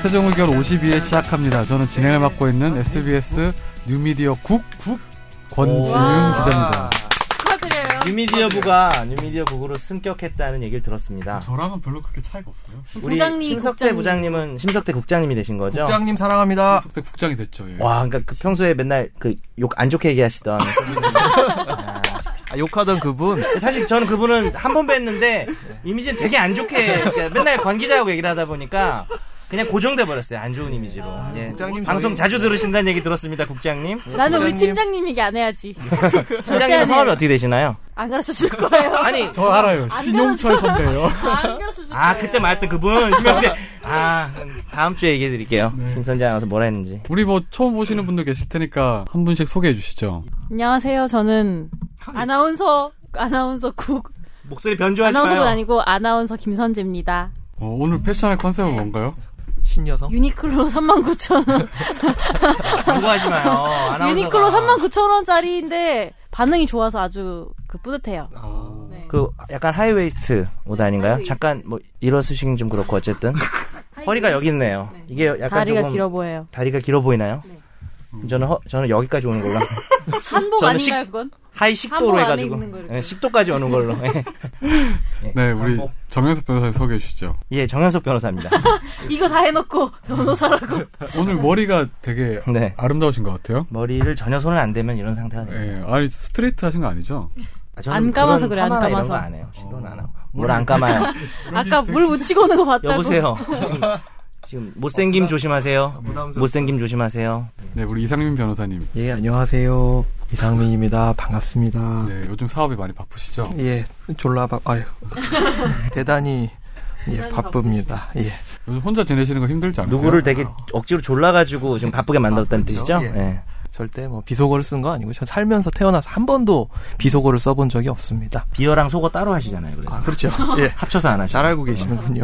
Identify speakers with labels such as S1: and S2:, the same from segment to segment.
S1: 최종 의견 52회 시작합니다. 저는 진행을 맡고 있는 SBS 뉴미디어 국, 국 권지윤
S2: 와.
S3: 아,
S1: 기자입니다.
S2: 축하드려요.
S4: 뉴미디어부가 뉴미디어국으로 승격했다는 얘기를 들었습니다.
S1: 저랑은 별로 그렇게 차이가 없어요.
S4: 우리
S2: 부장님,
S4: 심석대
S2: 국장님.
S4: 부장님은 심석대 국장님이 되신 거죠?
S3: 국장님 사랑합니다.
S1: 그때 국장이 됐죠. 예.
S4: 와, 그러니까 그 평소에 맨날 그 욕 안 좋게 얘기하시던.
S3: 아, 욕하던 그분.
S4: 사실 저는 그분은 한 번 뵀는데 이미지는 되게 안 좋게 그러니까 맨날 관계자하고 얘기를 하다 보니까 그냥 고정돼 버렸어요. 안 좋은 이미지로.
S2: 아,
S4: 예.
S3: 국장님
S4: 방송
S3: 저희-
S4: 자주 들으신다는 얘기 들었습니다, 국장님.
S2: 나는 우리
S3: 부장님.
S2: 팀장님 얘기 안 해야지.
S4: 팀장님 성함이 어떻게 되시나요?
S2: 안 가르쳐 줄 거예요.
S4: 아니
S1: 저 알아요.
S2: 안
S1: 신용철
S2: 가르쳐-
S1: 선배요.
S2: 안 가르쳐 줄 거예요.
S4: 아 그때 말했던 그분 심석대. 아 다음 주에 얘기해 드릴게요. 김선재 아나운서 뭐라 했는지.
S1: 우리 뭐 처음 보시는 분들 계실 테니까 한 분씩 소개해 주시죠.
S2: 안녕하세요. 저는 아나운서 아나운서 국
S4: 목소리 변조하지 마요.
S2: 아나운서가 아니고 아나운서 김선재입니다.
S1: 어, 오늘 패션의 컨셉은 뭔가요?
S3: 신여성.
S2: 유니클로 39,000원.
S4: 광고하지 마요. 아나운서가.
S2: 유니클로 39,000원짜리인데 반응이 좋아서 아주 그 뿌듯해요. 네.
S4: 그 약간 하이웨이스트 옷 아닌가요?
S2: 하이웨이스트.
S4: 잠깐 뭐 일어서시긴 좀 그렇고 어쨌든 허리가 여기 있네요. 이게 약간
S2: 다리가
S4: 조금
S2: 길어 보여요. 네.
S4: 다리가 길어 보이나요? 저는 허, 저는 여기까지 오는 걸로
S2: 한복
S4: 저는
S2: 아닌가요,
S4: 식-
S2: 그건?
S4: 하이
S2: 한복
S4: 식도로
S2: 안에
S4: 해가지고
S2: 입는 거 이렇게.
S4: 예, 식도까지 오는 걸로 예.
S1: 네, 우리
S3: 광고.
S1: 정현석 변호사님 소개해 주시죠.
S4: 예 정현석 변호사입니다.
S2: 이거 다 해놓고 변호사라고.
S1: 오늘 머리가 되게
S4: 네
S1: 아름다우신 것 같아요.
S4: 머리를 전혀 손을 안 대면 이런 상태가
S3: 네.
S4: 돼요.
S1: 예, 아니 스트레이트 하신 거 아니죠?
S4: 아, 저는
S2: 안 감아서
S4: 그런
S2: 그래, 안
S4: 파마나 이런
S2: 감아서.
S4: 거 안 해요. 시도는
S3: 어.
S4: 안 하고 뭘 안 감아요.
S2: 아까 물 묻히고 오는 거 봤다고.
S4: 여보세요.
S2: 뭐.
S4: 지금, 지금 못생김 조심하세요.
S3: 아, 부담스럽다.
S4: 못생김 조심하세요.
S1: 네, 우리 이상민 변호사님.
S3: 예, 안녕하세요. 이상민입니다. 반갑습니다.
S1: 네, 요즘 사업이 많이 바쁘시죠?
S3: 예, 졸라 바, 아유. 대단히, 예,
S2: 대단히
S3: 바쁩니다. 예.
S1: 요즘 혼자 지내시는 거 힘들지 않으세요?
S4: 누구를 되게 억지로 졸라가지고 지금 바쁘게 만들었다는
S3: 그렇죠. 바쁘죠.
S4: 뜻이죠?
S3: 예.
S4: 예.
S3: 절대 뭐 비속어를 쓴 거 아니고, 전 살면서 태어나서 한 번도 비속어를 써본 적이 없습니다.
S4: 비어랑 속어 따로 하시잖아요. 그래서
S3: 아, 그렇죠. 예.
S4: 합쳐서 안 하죠.
S3: 잘 알고 계시는군요.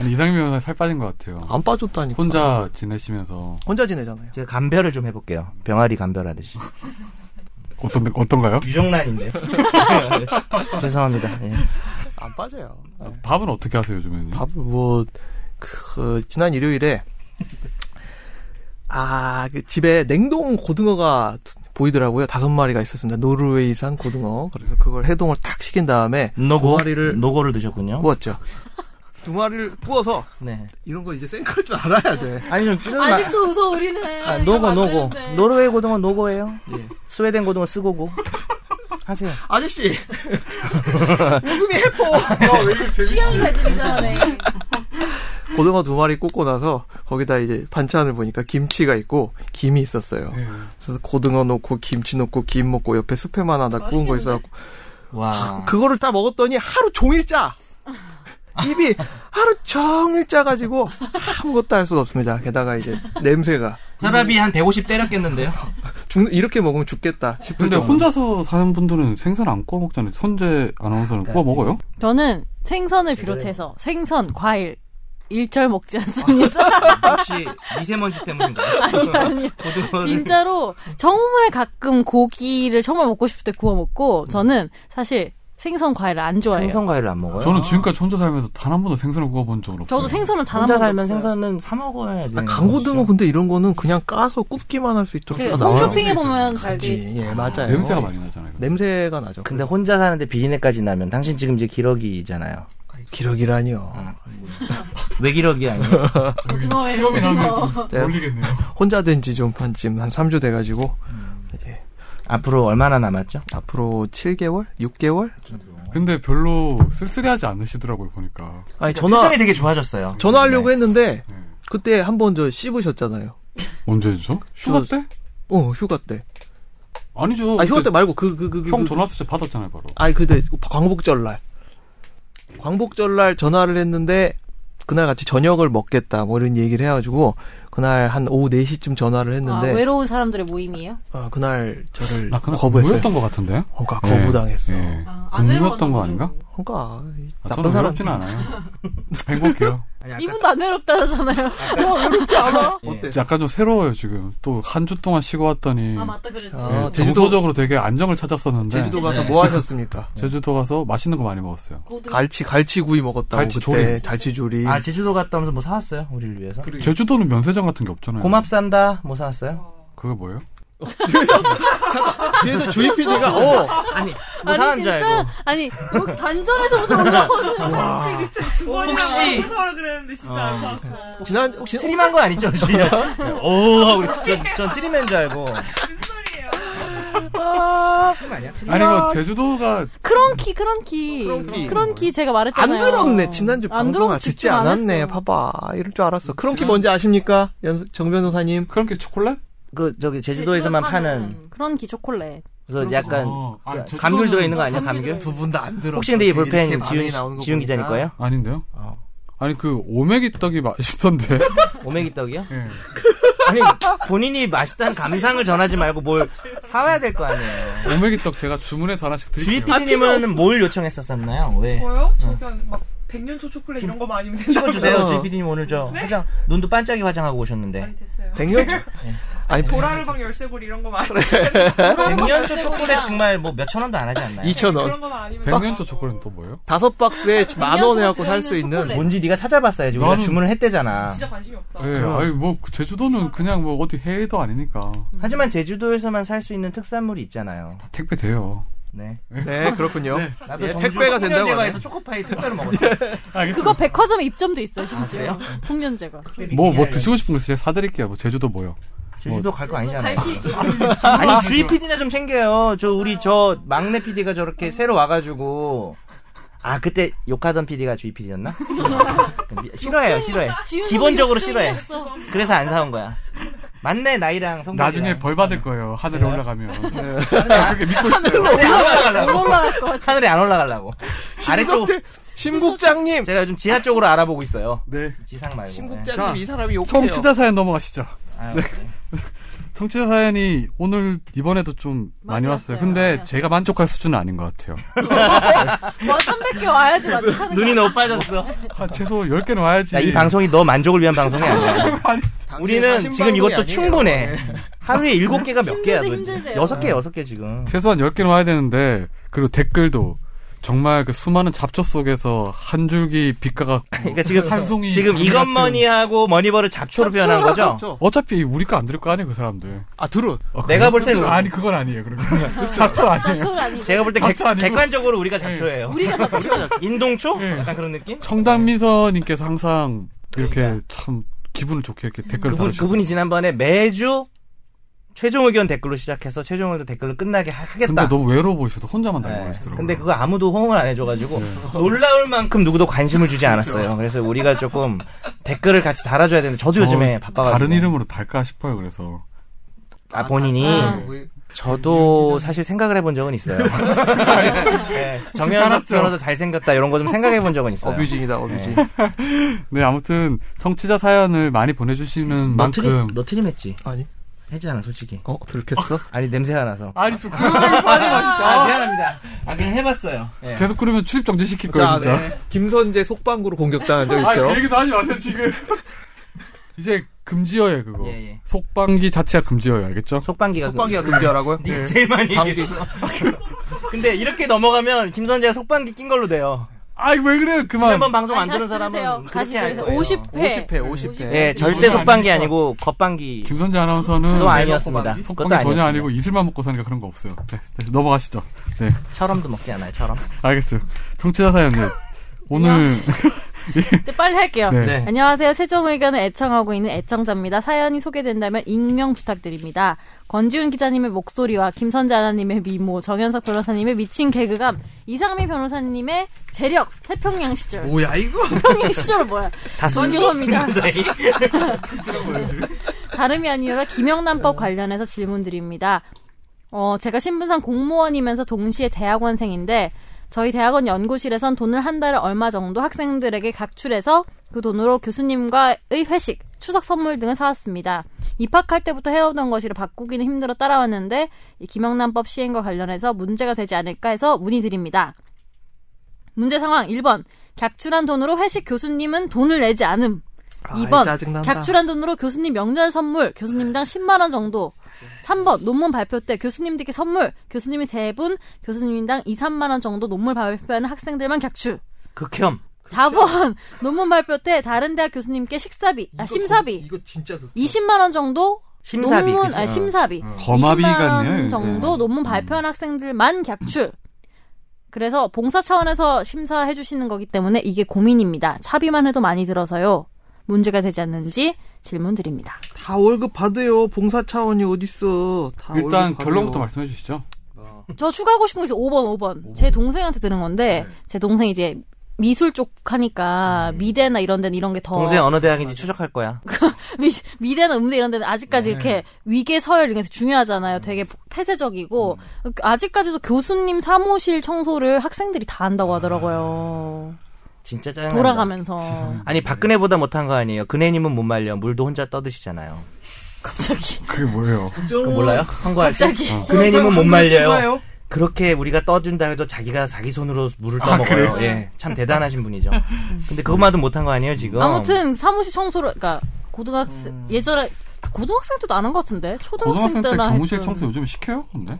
S1: 아니, 이상민 변호사님 살 빠진 것 같아요.
S3: 안 빠졌다니까. 아.
S1: 혼자 지내시면서
S3: 혼자 지내잖아요.
S4: 제가 간별을 좀 해볼게요. 병아리 간별하듯이.
S1: 어떤 어떤가요?
S4: 유정란인데요. 죄송합니다. 예.
S3: 안 빠져요.
S1: 밥은 어떻게 하세요 요즘에는?
S3: 네. 밥, 뭐, 그, 지난 일요일에, 아, 그 집에 냉동 고등어가 두- 보이더라고요. 다섯 마리가 있었습니다. 노르웨이산 고등어. 그래서 그걸 해동을 탁 시킨 다음에,
S4: 노고
S3: 두 마리를
S4: 노고를 드셨군요.
S3: 구웠죠. 두 마리를 구워서,
S4: 네.
S3: 이런 거 이제 쌩클 줄 알아야 돼.
S4: 아니 좀 줄여.
S2: 아직도 웃어, 우리는.
S4: 아,
S2: 이거
S4: 노고 노고.
S2: 만드는데.
S4: 노르웨이 고등어 노고예요. 스웨덴 고등어 쓰고고. 하세요.
S3: 아저씨! 웃음이 해포! 야, 왜 이거 재밌-
S2: 취향이 다 들리잖아요.
S3: 고등어 두 마리 꽂고 나서, 거기다 이제 반찬을 보니까 김치가 있고, 김이 있었어요.
S1: 예.
S3: 그래서 고등어 넣고, 김치 넣고, 김 먹고, 옆에 스팸 하나 나 구운 거 있어갖고,
S4: 와.
S3: 그거를 다 먹었더니 하루 종일 짜. 입이 하루 종일 짜가지고 아무것도 할 수가 없습니다. 게다가 이제 냄새가
S4: 혈압이 한 150 때렸겠는데요.
S3: 죽- 이렇게 먹으면 죽겠다 싶을
S1: 근데
S3: 정도.
S1: 혼자서 사는 분들은 생선 안 구워 먹잖아요. 선재 아나운서는
S3: 네.
S1: 구워 먹어요?
S2: 저는 생선을 비롯해서 생선, 과일, 일절 먹지
S4: 아,
S2: 않습니다.
S4: 혹시 미세먼지 때문인가요? 네.
S2: 아니, 아니.
S4: 고등어를.
S2: 진짜로 정말 가끔 고기를 정말 먹고 싶을 때 구워 먹고 저는 사실 생선 과일을 안 좋아해요.
S4: 생선 과일을 안 먹어요.
S1: 저는 지금까지 혼자 살면서 단 한 번도 생선을 구워 본 적은 없어요.
S2: 저도 생선은 단한 번도
S4: 혼자 살면
S2: 없어요.
S4: 생선은 사 먹어야
S1: 네,
S4: 돼.
S3: 아,
S1: 그렇죠.
S3: 강고등어 근데 이런 거는 그냥 까서 굽기만 할 수 있도록
S2: 그
S3: 다 나와요.
S2: 홈쇼핑에 보면 잘 돼.
S3: 그치. 예 맞아요.
S1: 냄새가 많이 나잖아요.
S3: 네. 냄새가 나죠. 그
S4: 근데 혼자 사는데 비린내까지 나면 당신 지금 이제 기러기잖아요.
S3: 기러기라니요.
S1: 음.
S4: 왜 기러기 아니에요?
S2: 고등어에
S1: 수염이 나면
S3: 제가
S1: 모르겠네요.
S3: 혼자 된 지 좀 한쯤 한 3주 돼가지고
S1: 음.
S3: 이제
S4: 앞으로 얼마나 남았죠?
S3: 앞으로 7개월, 6개월.
S1: 근데 별로 쓸쓸해하지 않으시더라고요 보니까.
S3: 아니
S4: 표정이
S3: 전화
S4: 되게 좋아졌어요.
S3: 전화하려고
S4: 네.
S3: 했는데
S1: 그러니까 네.
S3: 그때 한 번 저 씹으셨잖아요.
S1: 언제죠? 휴가
S3: 저-
S1: 때?
S3: 어 휴가 때.
S1: 아니죠.
S3: 아 휴가 때
S1: 그때
S3: 말고 그 그 그그
S1: 형 전화 왔을 때 받았잖아요 바로.
S3: 아니 근데 광복절 날 광복절 날 전화를 했는데 그날 같이 저녁을 먹겠다 뭐 이런 얘기를 해가지고 그날 한 오후 4시쯤 전화를
S2: 아,
S3: 했는데
S2: 외로운 사람들의 모임이에요?
S3: 어, 그날 저를
S1: 나 그날
S3: 거부했어요.
S1: 거부했던 것 같은데.
S3: 그러니까
S1: 예,
S3: 거부당했어.
S1: 예.
S2: 아, 안
S1: 궁금했던
S2: 외로웠나
S1: 거
S2: 보죠.
S1: 아닌가?
S3: 그러니까 이
S1: 아,
S3: 나쁜
S1: 저는
S3: 사람
S1: 외롭진 않아요. 행복해요.
S4: 아니, 아까
S2: 이분도 안 외롭다잖아요.
S3: 어, 외롭지 않아?
S4: 예.
S3: 어때?
S1: 약간 좀 새로워요 지금. 또 한 주 동안 쉬고 왔더니
S2: 아 맞다 그랬지.
S1: 예,
S4: 어,
S3: 아, 제주도-
S1: 정서적으로 되게 안정을 찾았었는데
S3: 제주도 가서
S4: 네.
S3: 뭐 하셨습니까?
S1: 제주도 가서 맛있는 거 많이 먹었어요.
S2: 고등.
S3: 갈치 갈치 구이 먹었다고
S1: 갈치
S3: 그때
S1: 조림.
S3: 갈치 조림.
S4: 아 제주도 갔다 오면서 뭐 사왔어요 우리를 위해서
S1: 제주도는 면세점 같은 게 없잖아요.
S4: 고맙산다 뭐 사왔어요
S1: 그거 뭐예요?
S3: 뒤에서 주희 PD가 어
S4: 아니 뭐
S2: 아니
S4: 사는 줄
S2: 진짜
S4: 알고
S2: 아니 뭐 단전에서부터 올라오는 와.
S5: 두 번이나
S4: 혹시-
S5: 사라 그랬는데 진짜 안 사왔어.
S3: 지난 혹시
S4: 트림한 거 아니죠 진짜 오 하고 전, 전 트림한 줄 알고
S5: 무슨 소리예요?
S4: 트림 아니야 트림
S1: 아니 그 제주도가
S2: 크런키
S4: 어,
S2: 크런키
S3: 크런키.
S2: 크런키 제가 말했잖아요.
S3: 안 들었네 지난주
S2: 안
S3: 방송 아
S2: 들어서
S3: 듣지
S2: 집중 안
S3: 않았네
S2: 했어.
S3: 봐봐 이럴 줄 알았어 크런키 뭔지 아십니까 연- 정 변호사님
S1: 그런 게 초콜릿?
S4: 그 저기 제주도에서만 파는
S2: 크런키 초콜릿.
S4: 그 약간
S1: 어, 아니, 제주도는-
S4: 감귤 들어있는 거 아니야
S2: 감귤
S4: 감귤
S2: 들어있는
S3: 두 분 다 안 들어
S4: 혹시 근데 이 볼펜 지훈 지훈 기자님 거예요
S1: 아닌데요?
S4: 어.
S1: 아니 그 오메기 떡이 맛있던데.
S4: 오메기 떡이요
S1: 예.
S4: 아니 본인이 맛있다는 감상을 전하지 말고 뭘 사와야 될 거 아니에요
S1: 오메기 떡 제가 주문해서 하나씩
S4: 주희
S1: 드릴게요.
S4: PD님은 뭘 요청했었었나요 왜
S1: 어.
S5: 뭐요? 저기 한막 백년초 초콜릿 이런 거만 아니면 된다고.
S4: 찍어주세요 네?
S3: 어.
S4: 주희 PD님 오늘 저 화장 눈도 반짝이 화장하고 오셨는데
S5: 아니 됐어요.
S3: 백년 아니
S5: 보라르방 열쇠고리 이런 거만 아니면
S4: 백년초 초콜릿 정말 뭐 몇천 원도 안 하지 않나요?
S3: 2천
S5: 그런
S3: 원
S5: 거만 아니면 어.
S1: 백년초 초콜릿은 또 뭐예요?
S3: 다섯 박스에 만 원
S2: 백년초가
S3: 해갖고 살 수
S2: 들어있는
S3: 있는
S2: 초콜릿.
S4: 뭔지 네가 찾아봤어야지 우리가
S1: 나는-
S4: 주문을 했대잖아
S5: 진짜 관심이 없다.
S1: 예, 아니 뭐그 제주도는 그냥 뭐 어디 해외도 아니니까
S4: 하지만 제주도에서만 살 수 있는 특산물이 있잖아요
S1: 택배 돼요.
S4: 네
S3: 네 그렇군요
S4: 나도
S3: 예,
S4: 정주
S3: 택배가 된다고
S4: 제가
S3: 하네.
S4: 해서 초코파이 특별히 먹었어
S2: 그거 백화점에 입점돼
S4: 아,
S2: 있어요 심지어. 풍년제가.
S1: 뭐 뭐 드시고 싶은 거 있으세요? 사드릴게요. 뭐 제주도 뭐요?
S4: 제주도 갈 거 아니잖아요
S2: 갈치
S4: 아니 주희 PD나 좀 챙겨요 저 우리 저 막내 PD가 저렇게 새로 와가지고 아 그때 욕하던 PD가 주희 PD였나? 싫어해요 싫어해
S2: 지훈이
S4: 기본적으로
S2: 욕쟁이
S4: 싫어해
S2: 했어.
S4: 그래서 안 사온 거야 맞네 나이랑 성별이랑
S1: 나중에 벌 받을 거예요. 하늘에
S4: 그래요?
S1: 올라가면. 제가 그렇게 믿고 있어요.
S4: 하늘에 안 올라가려고
S2: 못 올라갈 것 같아.
S4: 하늘에 안 올라가려고 아래쪽
S3: 심국태- 심국장님
S4: 제가 요즘 지하 쪽으로 알아보고 있어요.
S1: 네.
S4: 지상 말고. 네.
S1: 자,
S3: 심국장님 이 사람이 욕해요
S1: 청취자 사연 넘어가시죠.
S4: 아유,
S1: 청취자 사연이 오늘 이번에도 좀 많이,
S2: 많이
S1: 왔어요.
S2: 왔어요.
S1: 근데
S2: 네.
S1: 제가 만족할 수준은 아닌 것 같아요.
S2: 와 300개 뭐, 와야지 만족하는
S4: 눈이
S2: 거야.
S4: 너무 빠졌어.
S1: 한 최소 10개는 와야지.
S4: 자, 그러니까 이 방송이 너 만족을 위한 방송이 아니야.
S3: 당신의
S4: 우리는
S3: 사신
S4: 지금
S3: 방송이
S4: 이것도
S3: 아니에요.
S4: 충분해. 하루에 일곱 개가 몇 개야,
S2: 힘들대,
S4: 도대체?
S2: 힘들대요.
S4: 여섯 개, 여섯 개 지금.
S1: 최소한 10개는 와야 되는데, 그리고 댓글도 정말 그 수많은 잡초 속에서 한 줄기 빛가가
S4: 그러니까 지금
S1: 한 송이
S4: 지금
S1: 장미
S4: 이것
S1: 같은-
S4: 머니하고 머니버를 잡초로 표현한 거죠?
S3: 그렇죠.
S1: 어차피 우리 거 안 들을 거 아니에요, 그 사람들.
S3: 아 들어
S1: 어,
S4: 내가 볼
S1: 그건-
S4: 때는-
S1: 아니, 그건 아니에요. 그런 거. 잡초 아니에요.
S2: 소리 아니지.
S4: 제가 볼 때
S1: 잡초 아니고.
S4: 객관적으로 우리가 잡초예요.
S2: 우리가 잡초.
S4: 인동초?
S1: 예.
S4: 약간 그런 느낌?
S1: 청담미선님께서 항상 이렇게
S4: 그러니까.
S1: 참 기분을 좋게 이렇게 댓글을
S4: 그분,
S1: 달아주셨어요.
S4: 그분이 지난번에 매주 최종 의견 댓글로 시작해서 최종 의견 댓글로 끝나게 하- 하겠다.
S1: 근데 너무 외로워 보이셔서 혼자만 달고
S4: 네.
S1: 계시더라고요.
S4: 근데 그거 아무도 호응을 안 해줘가지고 놀라울 만큼 누구도 관심을 주지 않았어요. 그래서 우리가 조금 댓글을 같이 달아줘야 되는데 저도 요즘에
S1: 저
S4: 바빠가지고
S1: 다른 이름으로 달까 싶어요. 그래서
S4: 아 본인이
S2: 아.
S3: 네.
S4: 저도 사실 생각을 해본 적은 있어요. 네, 정현석 변호사 잘생겼다 이런 거 좀 생각해본 적은 있어요.
S3: 어뷰징이다 어뷰징
S1: 네 아무튼 청취자 사연을 많이 보내주시는
S4: 너 트림
S1: 만큼
S4: 너 트림했지?
S3: 아니
S4: 했잖아 솔직히.
S3: 어 들켰어
S4: 아니 냄새가 나서.
S1: 아니 좀 그런 얘기 빠지
S4: 아
S1: 마시죠.
S4: 미안합니다. 아 그냥 해봤어요. 예.
S1: 계속 그러면 출입 정지 시킬 거예요
S3: 자
S1: 진짜.
S3: 네. 김선재 속방구로 공격당한 적
S1: 아니 그
S3: 있죠
S1: 얘기도 하지 마세요 지금. 이제 금지어예요 그거.
S4: 예, 예.
S1: 속방기 자체가 금지어예요 알겠죠?
S4: 속방기가
S3: 속방기가 금지하라고요
S4: 네가 제일 많이
S3: 방귀.
S4: 얘기했어. 근데 이렇게 넘어가면 김선재가 속방귀 낀 걸로 돼요.
S1: 아이 왜 그래요 그만.
S4: 지난번 방송 안
S2: 다시
S4: 들은 사람은
S2: 들으세요. 다시
S4: 그렇게 할
S2: 들으세요.
S4: 거예요.
S2: 50회.
S3: 50회 50회
S4: 예, 절대 속방기 아니고 겉방기.
S1: 김선재 아나운서는
S4: 또 아니었습니다. 그것도
S1: 속방기 전혀
S4: 아니었습니다.
S1: 아니고 이슬만 먹고 사니까 그런 거 없어요. 네, 네, 넘어가시죠. 네.
S4: 처럼도 먹지 않아요, 처럼.
S1: 알겠어요. 청취자 사연님. 오늘,
S2: 이제 빨리 할게요.
S1: 네.
S4: 네.
S2: 안녕하세요. 세종 의견을 애청하고 있는 애청자입니다. 사연이 소개된다면 익명 부탁드립니다. 권지훈 기자님의 목소리와 김선재 아나님의 미모, 정현석 변호사님의 미친 개그감, 이상민 변호사님의 재력, 태평양 시절.
S3: 뭐야 이거
S2: 태평양 시절 뭐야?
S4: 다 네.
S2: 존경합니다.
S4: 사이.
S2: 다름이 아니라 김영란법 관련해서 질문드립니다. 어, 제가 신분상 공무원이면서 동시에 대학원생인데 저희 대학원 연구실에선 돈을 한 달에 얼마 정도 학생들에게 각출해서 그 돈으로 교수님과의 회식, 추석 선물 등을 사왔습니다. 입학할 때부터 해오던 것이라 바꾸기는 힘들어 따라왔는데 이 김영란법 시행과 관련해서 문제가 되지 않을까 해서 문의드립니다. 문제 상황 1번 객출한 돈으로 회식 교수님은 돈을 내지 않음
S3: 아이,
S2: 이번
S3: 짜증난다.
S2: 객출한 돈으로 교수님 명절 선물 교수님당 10만 원 정도 3번 논문 발표 때 교수님들께 선물 교수님이 3분 교수님당 2, 3만 원 정도 논문 발표하는 학생들만 객출
S4: 극혐.
S6: 그렇죠.
S2: 4번 논문 발표 때 다른 대학 교수님께 식사비 아 심사비
S6: 이거 진짜 그
S2: 20만 원 정도
S4: 심사비. 어.
S2: 논문,
S4: 그치?
S2: 아니, 심사비
S1: 거마비
S2: 20만
S1: 같네요. 음. 이거.
S2: 정도 논문 발표한 학생들만 객출. 그래서 봉사 차원에서 심사해 주시는 거기 때문에 이게 고민입니다. 차비만 해도 많이 들어서요. 문제가 되지 않는지 질문 드립니다.
S3: 다 월급 받아요. 봉사 차원이 어딨어. 다
S1: 일단
S3: 월급 받아요.
S1: 결론부터 말씀해 주시죠.
S2: 저 추가하고 싶은 거 있어요. 5번, 5번. 제 동생한테 들은 건데,
S4: 네.
S2: 제 동생이 이제 미술 쪽 하니까 미대나 이런 데는 이런 게 더.
S4: 음. 동생 어느 대학인지 추적할 거야.
S2: 미, 미대나 음대 이런 데는 아직까지
S1: 네.
S2: 이렇게 위계 서열 이런 게 중요하잖아요. 되게 폐쇄적이고 아직까지도 교수님 사무실 청소를 학생들이 다 한다고 하더라고요.
S4: 진짜 짜증나.
S2: 돌아가면서
S4: 아니 박근혜보다 못한 거 아니에요. 근혜님은 못 말려. 물도 혼자 떠드시잖아요.
S2: 갑자기
S1: 그게 뭐예요?
S4: 그거 몰라요? 선거할 때.
S2: 음. 갑자기
S4: 근혜님은 못 말려요. 그렇게 우리가 떠준다 해도 자기가 자기 손으로
S2: 아,
S4: 물을 떠먹어요. 예, 참 대단하신 분이죠. 근데 그것만도 못한 거 아니에요 지금?
S2: 아무튼 사무실 청소를 그러니까 고등학생 예전에 고등학생 때도 안 한 것 같은데 초등학생
S1: 고등학생 때
S2: 때나
S1: 교무실
S2: 했던-
S1: 청소 요즘 시켜요? 근데?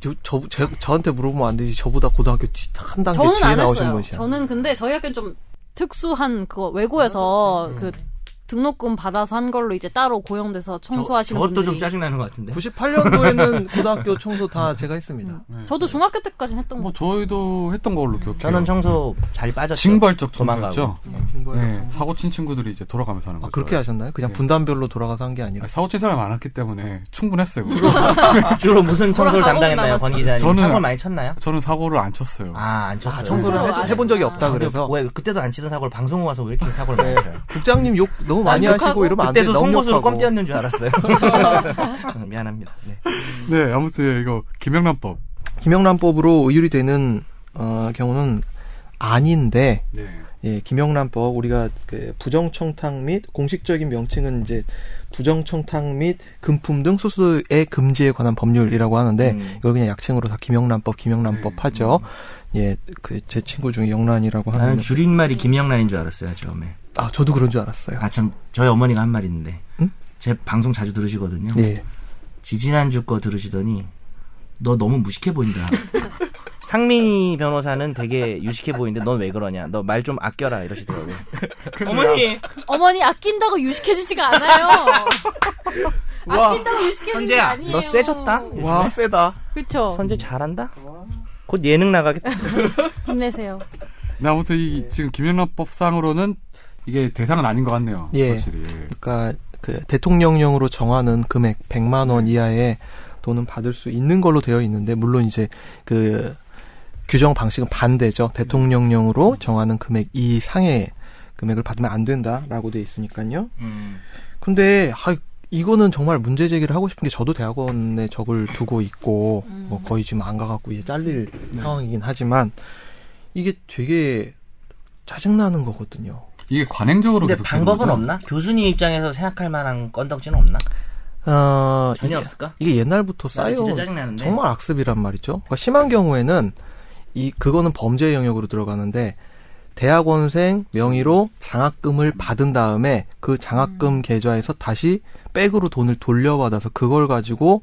S3: 저, 저, 제, 저한테 물어보면 안 되지. 저보다 고등학교 뒤, 한 단계
S2: 저는
S3: 뒤에
S2: 안
S3: 나오신
S2: 했어요.
S3: 분이시야.
S2: 저는 근데 저희 학교는 좀 특수한 그거 외고에서 그 등록금 받아서 한 걸로 이제 따로 고용돼서 청소하시는
S4: 저것도
S2: 분들이
S4: 좀 짜증나는 것 같은데.
S3: 네. 98년도에는 고등학교 청소 다 제가 했습니다.
S2: 저도 중학교 때까지는 했던 거
S1: 뭐 저희도 했던 걸로 기억해요.
S4: 저는 청소 잘 빠졌죠.
S1: 징벌적
S4: 도망가고.
S1: 청소였죠.
S3: 친구예요.
S1: 네, 사고 친 친구들이 이제 돌아가면서 하는
S3: 아,
S1: 거죠.
S3: 그렇게 하셨나요? 그냥 분단별로 돌아가서 한 게 아니라.
S1: 아니, 사고 친 사람이 많았기 때문에 충분했어요.
S4: 주로 무슨 청소를
S2: 돌아가고
S4: 담당했나요, 권 기자님?
S1: 저는-
S4: 사고 많이 쳤나요?
S1: 저는 사고를 안 쳤어요.
S4: 아, 안 쳤어요.
S3: 아, 청소를
S2: 청소를
S3: 해,
S2: 안
S3: 해본 적이
S2: 했구나.
S3: 없다
S1: 아,
S3: 그래서.
S4: 왜 그때도 안 치던 사고를 방송 와서 왜 이렇게 사고를 많이 쳐요?
S3: 국장님 욕 너무 많이
S2: 욕하고
S3: 하시고 이러면 안 돼.
S4: 그때도
S3: 너무
S4: 송곳으로
S3: 욕하고.
S4: 껌 띄었는 줄 알았어요. 미안합니다. 네.
S1: 네, 아무튼 이거 김영란법.
S3: 김영란법으로 의율이 되는 어, 경우는 아닌데
S1: 네.
S3: 예, 김영란법 우리가 그 부정청탁 및 공식적인 명칭은 이제 부정청탁 및 금품 등 수수의 금지에 관한 법률이라고 하는데
S4: 음.
S3: 이걸 그냥 약칭으로 다 김영란법 김영란법
S1: 네.
S3: 하죠. 예, 그 제 친구 중에 영란이라고
S1: 아, 그러니까.
S3: 하는
S4: 줄임말이 김영란인 줄 알았어요, 처음에.
S3: 아 저도 그런 줄 알았어요.
S4: 아, 참, 저희 어머니가 한 말 있는데.
S3: 응?
S4: 제 방송 자주 들으시거든요.
S3: 예.
S4: 지지난주 거 들으시더니, 너 너무 무식해 보인다. 상민이 변호사는 되게 유식해 보이는데 넌 왜 그러냐. 너 말 좀 아껴라. 이러시더라고요. 어머니!
S2: 어머니 아낀다고 유식해지지가 않아요. 아낀다고 유식해지는 게
S4: 선재야,
S2: 아니에요.
S4: 너 세졌다?
S3: 와 세다.
S2: 그쵸.
S4: 선재 잘한다? 곧 예능 나가겠다.
S2: 힘내세요.
S1: 네, 아무튼 이 지금 김영란법상으로는 이게 대상은 아닌 것 같네요.
S3: 예.
S1: 확실히. 예.
S3: 그러니까 그 대통령령으로 정하는 금액 100만
S4: 네.
S3: 원 이하의 돈은 받을 수 있는 걸로 되어 있는데 물론 이제 그 규정 방식은 반대죠.
S4: 음.
S3: 대통령령으로 정하는 금액 이상의 금액을 받으면 안 된다라고 돼 있으니까요.
S1: 음.
S3: 근데 하, 이거는 정말 문제 제기를 하고 싶은 게 저도 대학원에 적을 두고 있고
S4: 음.
S3: 뭐 거의 지금 안 가갖고 이제 잘릴
S4: 네.
S3: 상황이긴 하지만 이게 되게 짜증나는 거거든요.
S1: 이게 관행적으로
S4: 근데
S1: 계속 되는
S4: 방법은
S1: 거죠?
S4: 없나? 교수님 입장에서 생각할 만한 건덕지는 없나?
S3: 어,
S4: 전혀
S3: 이게-
S4: 없을까?
S3: 이게
S4: 나도
S3: 옛날부터 쌓여온
S4: 진짜 짜증나는데.
S3: 정말 악습이란 말이죠. 그러니까 심한 경우에는 이 그거는 범죄 영역으로 들어가는데 대학원생 명의로 장학금을 받은 다음에 그 장학금 계좌에서 다시 백으로 돈을 돌려받아서 그걸 가지고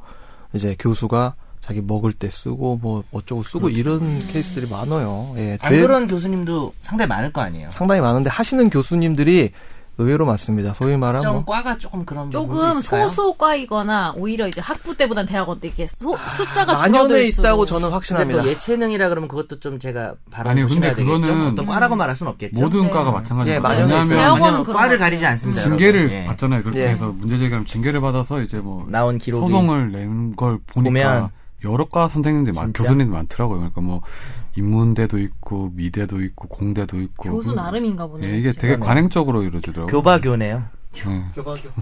S3: 이제 교수가 자기 먹을 때 쓰고 뭐 어쩌고 쓰고 이런 케이스들이 많아요. 예,
S4: 그렇죠. 안
S3: 되-
S4: 그런 교수님도 상당히 많을 거 아니에요.
S3: 상당히 많은데 하시는 교수님들이 의외로 많습니다. 소위 말하면 뭐
S4: 좀 과가 조금 그런 부분도
S2: 조금
S4: 뭐, 있을까요?
S2: 소수과이거나 오히려 이제 학부 때보단 대학원 때 이게 소-
S4: 아,
S2: 숫자가
S3: 만연에
S2: 줄어들 수록.
S3: 있다고 저는
S4: 근데
S3: 확신합니다.
S4: 또 예체능이라 그러면 그것도 좀 제가 바로
S1: 아니요,
S4: 조심해야
S1: 근데
S4: 되겠죠.
S1: 그거는
S4: 어떤 과라고 말할 순 없겠죠.
S1: 모든
S2: 네.
S1: 과가 마찬가지예요.
S3: 예, 마련돼 있어요.
S1: 왜냐하면
S2: 대학원은 그런
S4: 과를
S2: 것 같아요.
S4: 가리지 않습니다.
S1: 징계를
S4: 여러분. 예.
S1: 받잖아요. 그렇게
S3: 예.
S1: 해서 문제 제기하면 징계를 받아서 이제 뭐
S4: 나온 기록이
S1: 소송을 낸 걸 보니까
S4: 보면
S1: 여러 과 선생님들이 많,
S4: 진짜?
S1: 교수님들이 많더라고요. 그러니까 뭐 인문대도 있고 미대도 있고 공대도 있고
S2: 교수
S1: 음.
S4: 뭐,
S2: 나름인가 보네.
S1: 예, 이게 되게 관행적으로 이루어지더라고요.
S4: 교바교네요.
S1: 예.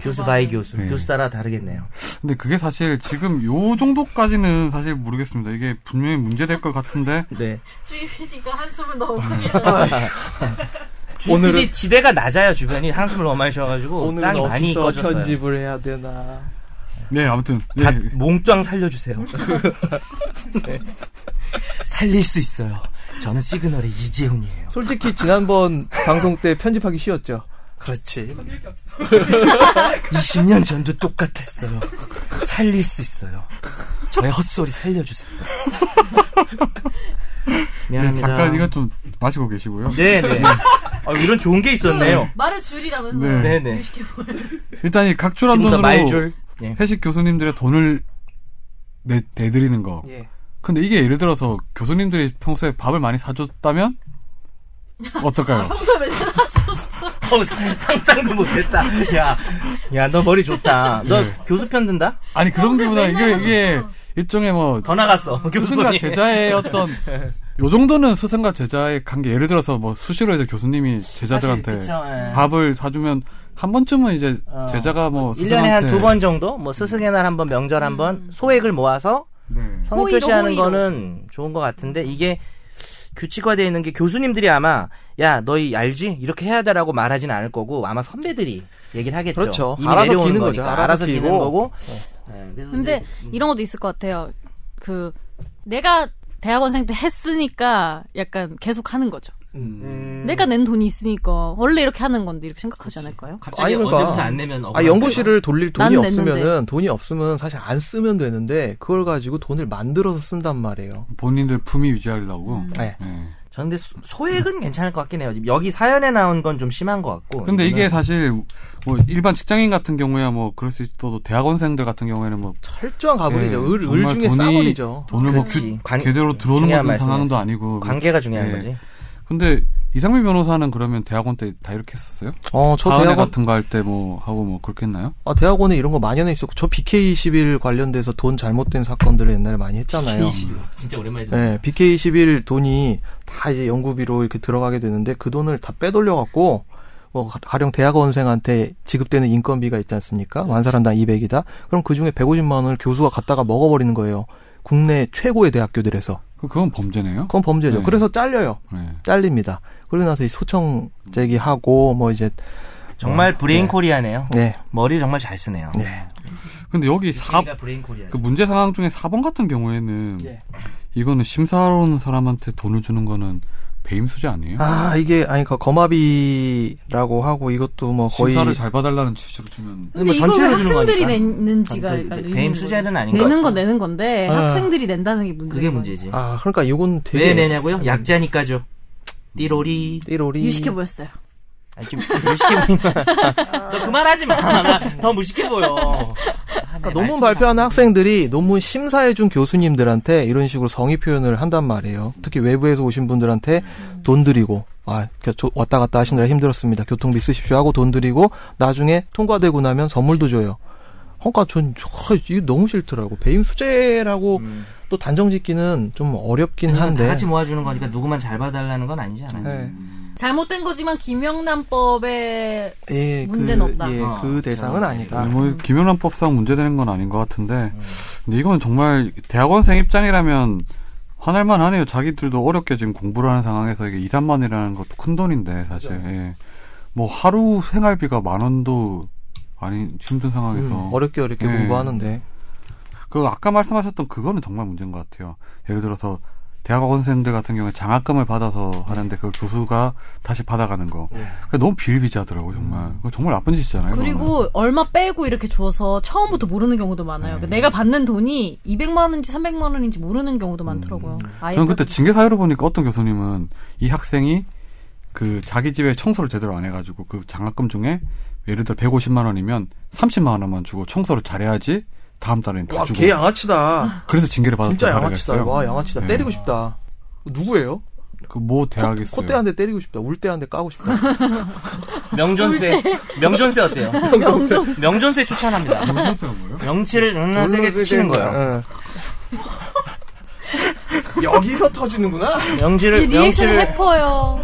S4: 교수 바이 교수.
S1: 네.
S4: 교수 따라 다르겠네요.
S1: 근데 그게 사실 지금 요 정도까지는 사실 모르겠습니다. 이게 분명히 문제될 것 같은데
S4: 네.
S1: 아,
S2: 주이 PD가 한숨을 너무 크게 쉬었어요.
S4: 오늘은
S3: 오늘은-
S4: 지대가 낮아요 주변이 한숨을 너무 많이 쉬어가지고
S3: 오늘은
S4: 땅이 많이
S3: 어디서
S4: 꺼졌어요.
S3: 편집을 해야 되나?
S1: 네, 아무튼 예,
S4: 다 몽땅 살려주세요. 네. 살릴 수 있어요. 저는 시그널의 이재훈이에요.
S3: 솔직히 지난번 방송 때 편집하기 쉬웠죠. 그렇지.
S5: 건들 게 없어.
S4: 20년 전도 똑같았어요. 살릴 수 있어요. 저의 헛소리 살려주세요.
S1: 예,
S4: 미안합니다.
S1: 잠깐 이거 좀 마시고 계시고요.
S4: 네, 네네. 아, 이런 좋은 게 있었네요.
S2: 말을 줄이라면서.
S1: 네.
S4: 네네.
S2: 유식해 보여.
S1: 일단 이 각출한
S4: 지금부터
S1: 돈으로
S4: 말줄. 예.
S1: 회식 교수님들의 돈을 내, 내드리는 거.
S4: 네.
S3: 예.
S1: 근데 이게 예를 들어서 교수님들이 평소에 밥을 많이 사줬다면 어떨까요?
S2: 평소에 맨날 하셨어.
S4: 어우, 상- 상상도 못했다. 야, 야, 너 머리 좋다. 너
S1: 네.
S4: 교수 편 든다?
S1: 아니 그런
S2: 평소에
S1: 게보다 이게
S2: 맨날
S1: 이게 일종의 뭐
S4: 더 나갔어.
S1: 스승과
S4: 아, 교수님. 네.
S1: 제자의 어떤 요 정도는 스승과 제자의 관계 예를 들어서 뭐 수시로 이제 교수님이 제자들한테
S4: 사실 그쵸, 예.
S1: 밥을 사주면 한 번쯤은 이제
S4: 어.
S1: 제자가 뭐
S4: 1년에 한 두 번 정도? 뭐 스승의 날 한 번, 명절 한 번,
S5: 음.
S4: 소액을 모아서
S1: 네.
S4: 성의
S2: 호의로,
S4: 표시하는
S2: 호의로.
S4: 거는 좋은 것 같은데 이게 규칙화되어 있는 게 교수님들이 아마 야 너희 알지 이렇게 해야 돼라고 말하진 않을 거고 아마 선배들이 얘기를 하겠죠.
S3: 그렇죠.
S4: 이미
S3: 알아서
S4: 내려오는
S3: 기는 거죠.
S4: 거니까.
S3: 알아서
S4: 알아서 기는
S3: 기고.
S4: 거고. 네, 그래서
S2: 근데 이런 것도 있을 것 같아요. 그 내가 대학원생 때 했으니까 약간 계속 하는 거죠.
S4: 음,
S2: 내가 낸 돈이 있으니까 원래 이렇게 하는 건데 이렇게 생각하지 않을까요?
S3: 아니, 그러니까.
S4: 내면
S3: 아, 연구실을 돌릴 돈이
S2: 나는
S3: 없으면은 돈이 없으면 사실 안 쓰면 되는데 그걸 가지고 돈을 만들어서 쓴단 말이에요.
S1: 본인들 품위 유지하려고.
S4: 음.
S3: 네.
S1: 예.
S4: 저 근데 소- 소액은 괜찮을 것 같긴 해요. 지금 여기 사연에 나온 건 좀 심한 것 같고.
S1: 근데 이게
S4: 이거는
S1: 사실 뭐 일반 직장인 같은 경우야 뭐 그럴 수 있어도 대학원생들 같은 경우에는 뭐
S3: 철저한 가불이죠.
S1: 예,
S3: 을, 을
S1: 정말
S3: 중에
S1: 돈이-
S3: 싸구리죠.
S1: 돈을 뭐 그-
S4: 그렇지. 관-
S1: 제대로 들어오는
S4: 중요한
S1: 것도 상황도
S4: 말씀이었어요.
S1: 아니고.
S4: 관계가 중요한
S3: 네.
S1: 예.
S4: 거지.
S1: 근데 이상민 변호사는 그러면 대학원 때 다 이렇게 했었어요?
S3: 어, 저
S1: 사은회
S3: 대학원,
S1: 같은 거 할 때 뭐 하고 뭐 그렇게 했나요?
S3: 아, 대학원에 이런 거 만연해 있었고, 저 BK21 관련돼서 돈 잘못된 사건들을 옛날에 많이
S4: 네.
S3: 했잖아요.
S4: 진짜 오랜만에
S3: 네, BK21 돈이 다 이제 연구비로 이렇게 들어가게 되는데 그 돈을 다 빼돌려갖고 뭐 가- 가령 대학원생한테 지급되는 인건비가 있지 않습니까? 만 사람당 200이다. 그럼 그 중에 150만 원을 교수가 갖다가 먹어버리는 거예요. 국내 최고의 대학교들에서
S1: 그- 그건 범죄네요.
S3: 그건 범죄죠.
S1: 네.
S3: 그래서 잘려요.
S1: 네.
S3: 잘립니다. 그리고 나서 이 소청 제기하고 뭐 이제
S4: 정말
S3: 어,
S4: 브레인
S3: 네.
S4: 코리아네요.
S3: 네,
S4: 머리 정말 잘 쓰네요.
S3: 네.
S1: 근데 여기 사
S4: 가 브레인 코리아.
S1: 그 문제 상황 중에 4번 같은 경우에는
S3: 예.
S1: 이거는 심사하러 오는 사람한테 돈을 주는 거는 배임수지 아니에요?
S3: 아 이게 아니 그 거마비라고 하고 이것도 뭐 거의
S1: 심사를 잘 봐달라는 취지로 주면
S2: 근데 이걸 왜 학생들이 냈는지가 약간 의문인
S4: 배임
S2: 거죠.
S4: 수재는 아닌 것
S2: 내는
S4: 같아요.
S2: 건 내는 건데
S3: 아.
S2: 학생들이 낸다는 게 문제.
S4: 그게 문제지.
S3: 아 그러니까 이건 되게
S4: 왜 음. 내냐고요? 약자니까죠. 띠로리.
S3: 띠로리
S2: 유식해 보였어요.
S4: 아니, 좀 무식해 보인다. 너 그만하지 마. 나더 무식해 보여. 아,
S3: 그러니까 논문 발표하는 학생들이 논문 심사해준 교수님들한테 이런 식으로 성의 표현을 한단 말이에요. 특히 외부에서 오신 분들한테 돈 드리고, 아, 겨- 저- 왔다 갔다 하시느라 힘들었습니다. 교통비 쓰십시오 하고 돈 드리고, 나중에 통과되고 나면 선물도 줘요. 그러니까 전, 아, 이거 너무 싫더라고. 배임 수재라고 또 단정 짓기는 좀 어렵긴
S2: 음,
S4: 한데.
S3: 한데.
S4: 다 같이
S2: 뭐.
S4: 모아주는 거니까 누구만 잘 봐달라는 건 아니지 않아요?
S3: 네.
S2: 잘못된 거지만 김영란법에
S3: 예,
S2: 문제는 없다.
S3: 예,
S4: 어.
S3: 그 대상은 아니다. 음.
S1: 뭐 김연란법상 문제되는 건 아닌 것 같은데 근데 이건 정말 대학원생 입장이라면 화날만 하네요. 자기들도 어렵게 지금 공부를 하는 상황에서 이게 2, 3만이라는 것도 큰 돈인데 사실 예. 뭐 하루 생활비가 만 원도 아닌 힘든 상황에서
S3: 음, 어렵게 어렵게
S1: 예.
S3: 공부하는데.
S1: 그 아까 말씀하셨던 그거는 정말 문제인 것 같아요. 예를 들어서 대학원생들 같은 경우에 장학금을 받아서 하는데 그 교수가 다시 받아가는 거.
S3: 네.
S1: 그게 너무 비일비재하더라고요, 정말.
S3: 음.
S1: 그거 정말 나쁜 짓이잖아요. 그거는.
S2: 그리고 얼마 빼고 이렇게 줘서 처음부터 모르는 경우도 많아요. 그러니까 내가 받는 돈이 200만 원인지 300만 원인지 모르는 경우도 많더라고요. 아예
S1: 저는 그때 징계 사유를 보니까 어떤 교수님은 이 학생이 그 자기 집에 청소를 제대로 안 해가지고 그 장학금 중에 예를 들어 150만 원이면 30만 원만 주고 청소를 잘해야지 다음 달에는 다
S3: 와,
S1: 주고
S3: 걔 양아치다.
S1: 그래서 징계를 받았던
S3: 진짜
S1: 사례가
S3: 양아치다.
S1: 있어요.
S3: 와, 양아치다.
S1: 네.
S3: 때리고 싶다. 누구예요?
S1: 그모 대학에 있어요.
S3: 콧대 한 대 때리고 싶다. 울대 한 대 까고 싶다.
S4: 명존세. 명존세 어때요?
S2: 명정
S4: 명존세 추천합니다. 명치를 음, 세게 치는 어. 거예요.
S3: 여기서 터지는구나.
S4: 명치를,
S2: 그러니까 리액션
S4: 명치를,
S2: 해퍼요.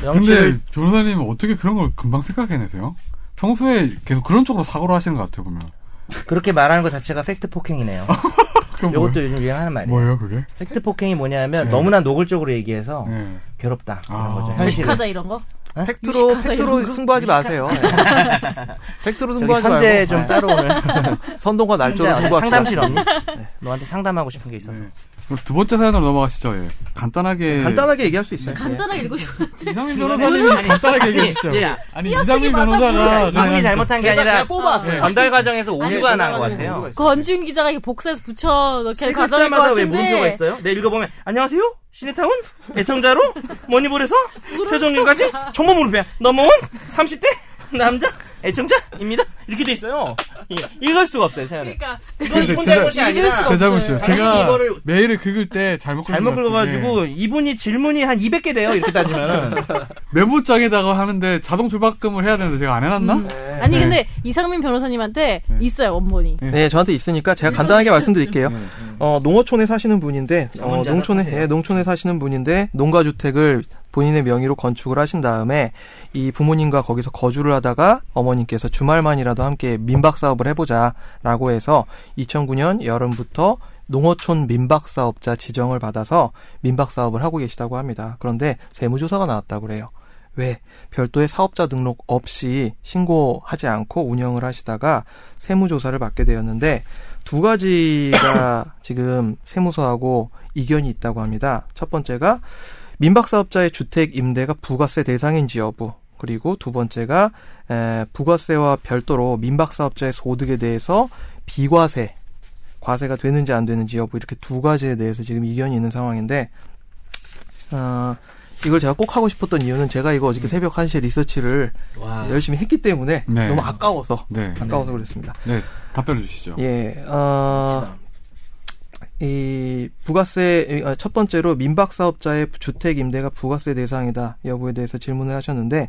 S1: 근데
S4: 명치를.
S1: 변호사님 은 어떻게 그런 걸 금방 생각해내세요? 평소에 계속 그런 쪽으로 사고를 하시는 것 같아요 보면.
S4: 그렇게 말하는 것 자체가 팩트 폭행이네요.
S1: 그건 뭐-
S4: 요것도 요즘 유행하는 말이에요.
S1: 뭐예요 그게?
S4: 팩트 폭행이 뭐냐면
S1: 네.
S4: 너무나 노골적으로 얘기해서
S1: 네.
S4: 괴롭다 이런
S1: 아.
S4: 거죠. 현실을.
S2: 무식하다 이런 거?
S3: 팩트로
S2: 무식하다, 이런
S3: 팩트로
S2: 거.
S3: 승부하지 마세요. 예. 팩트로
S7: 저기
S3: 승부하지 말고
S7: 선재 좀
S3: 예.
S7: 따로 오늘
S3: 선동과 날조로
S7: 선재
S3: 승부합시다.
S7: 상담실 없니?
S2: 네.
S7: 네, 너한테 상담하고 싶은 게 있어서.
S1: 네. 그럼 두 번째 사연으로 넘어가시죠. 예. 간단하게
S3: 간단하게 얘기할 수 있어요.
S2: 간단하게 읽으셔.
S1: 이상민
S7: 중간에- 아니,
S1: 변호사님이 간단하게
S7: 아니,
S1: 얘기해 주시죠.
S7: 예, 예.
S1: 아니 이상민 변호사가
S7: 아무리
S1: 그냥
S7: 잘못한 게 아니라
S2: 뽑아왔어요.
S7: 전달 과정에서 오류가 난 것
S3: 네.
S7: 같아요.
S2: 권지훈 기자가 이게 복사해서 붙여 넣게 그 과정일 것
S7: 글자마다 왜 물음표가
S2: 같은데.
S7: 있어요? 내 읽어보면 안녕하세요 시네타운 애청자로 머니볼에서 최종님까지 정보 물음표 넘어온 30대 남자 애청자입니다 이렇게 돼 있어요 이- 읽을 수가 없어요 사연을
S5: 그러니까
S7: 이건
S1: 근데
S7: 이분
S1: 진짜
S7: 잘못이 아니라
S1: 제 잘못이요.
S7: 당연히
S1: 제가
S7: 이거를-
S1: 메일을 긁을 때 잘못 긁은
S7: 잘못
S1: 것 같아요. 예.
S7: 긁어가지고 이분이 질문이 한 200개 돼요 이렇게 따지면은
S1: 메모장에다가 하는데 자동 조박금을 해야 되는데 제가 안 해놨나?
S3: 음.
S2: 아니 근데 이상민 변호사님한테 있어요 원본이.
S3: 네, 저한테 있으니까 제가 간단하게 말씀드릴게요.
S1: 네,
S3: 어, 농어촌에 사시는 분인데, 어,
S7: 전문자가
S3: 농촌에,
S7: 하세요.
S3: 예, 농촌에 사시는 분인데, 농가주택을 본인의 명의로 건축을 하신 다음에, 이 부모님과 거기서 거주를 하다가, 어머님께서 주말만이라도 함께 민박사업을 해보자라고 해서, 2009년 여름부터 농어촌 민박사업자 지정을 받아서 민박사업을 하고 계시다고 합니다. 그런데 세무조사가 나왔다고 그래요. 왜 별도의 사업자 등록 없이 신고하지 않고 운영을 하시다가 세무조사를 받게 되었는데 두 가지가 지금 세무서하고 이견이 있다고 합니다. 첫 번째가 민박사업자의 주택 임대가 부가세 대상인지 여부 그리고 두 번째가 에, 부가세와 별도로 민박사업자의 소득에 대해서 비과세 과세가 되는지 안 되는지 여부 이렇게 두 가지에 대해서 지금 이견이 있는 상황인데 어, 이걸 제가 꼭 하고 싶었던 이유는 제가 이거 어저께 새벽 1시에 리서치를 열심히 했기 때문에
S1: 네.
S3: 너무 아까워서
S1: 네.
S3: 아까워서 그랬습니다.
S1: 네. 답변해 주시죠.
S3: 예, 어, 이 부가세 어, 첫 번째로 민박 사업자의 주택 임대가 부가세 대상이다 여부에 대해서 질문을 하셨는데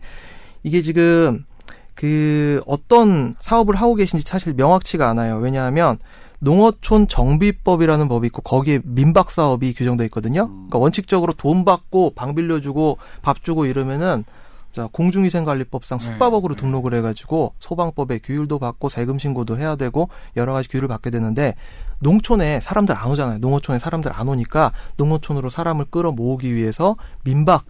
S3: 이게 지금 그 어떤 사업을 하고 계신지 사실 명확치가 않아요. 왜냐하면 농어촌 정비법이라는 법이 있고 거기에 민박 사업이 규정돼 있거든요.
S1: 음.
S3: 그러니까 원칙적으로 돈 받고 방 빌려주고 밥 주고 이러면은 자 공중위생관리법상
S1: 네,
S3: 숙박업으로
S1: 네.
S3: 등록을 해가지고 소방법에 규율도 받고 세금 신고도 해야 되고 여러 가지 규율을 받게 되는데 농촌에 사람들 안 오잖아요. 농어촌에 사람들 안 오니까 농어촌으로 사람을 끌어 모으기 위해서 민박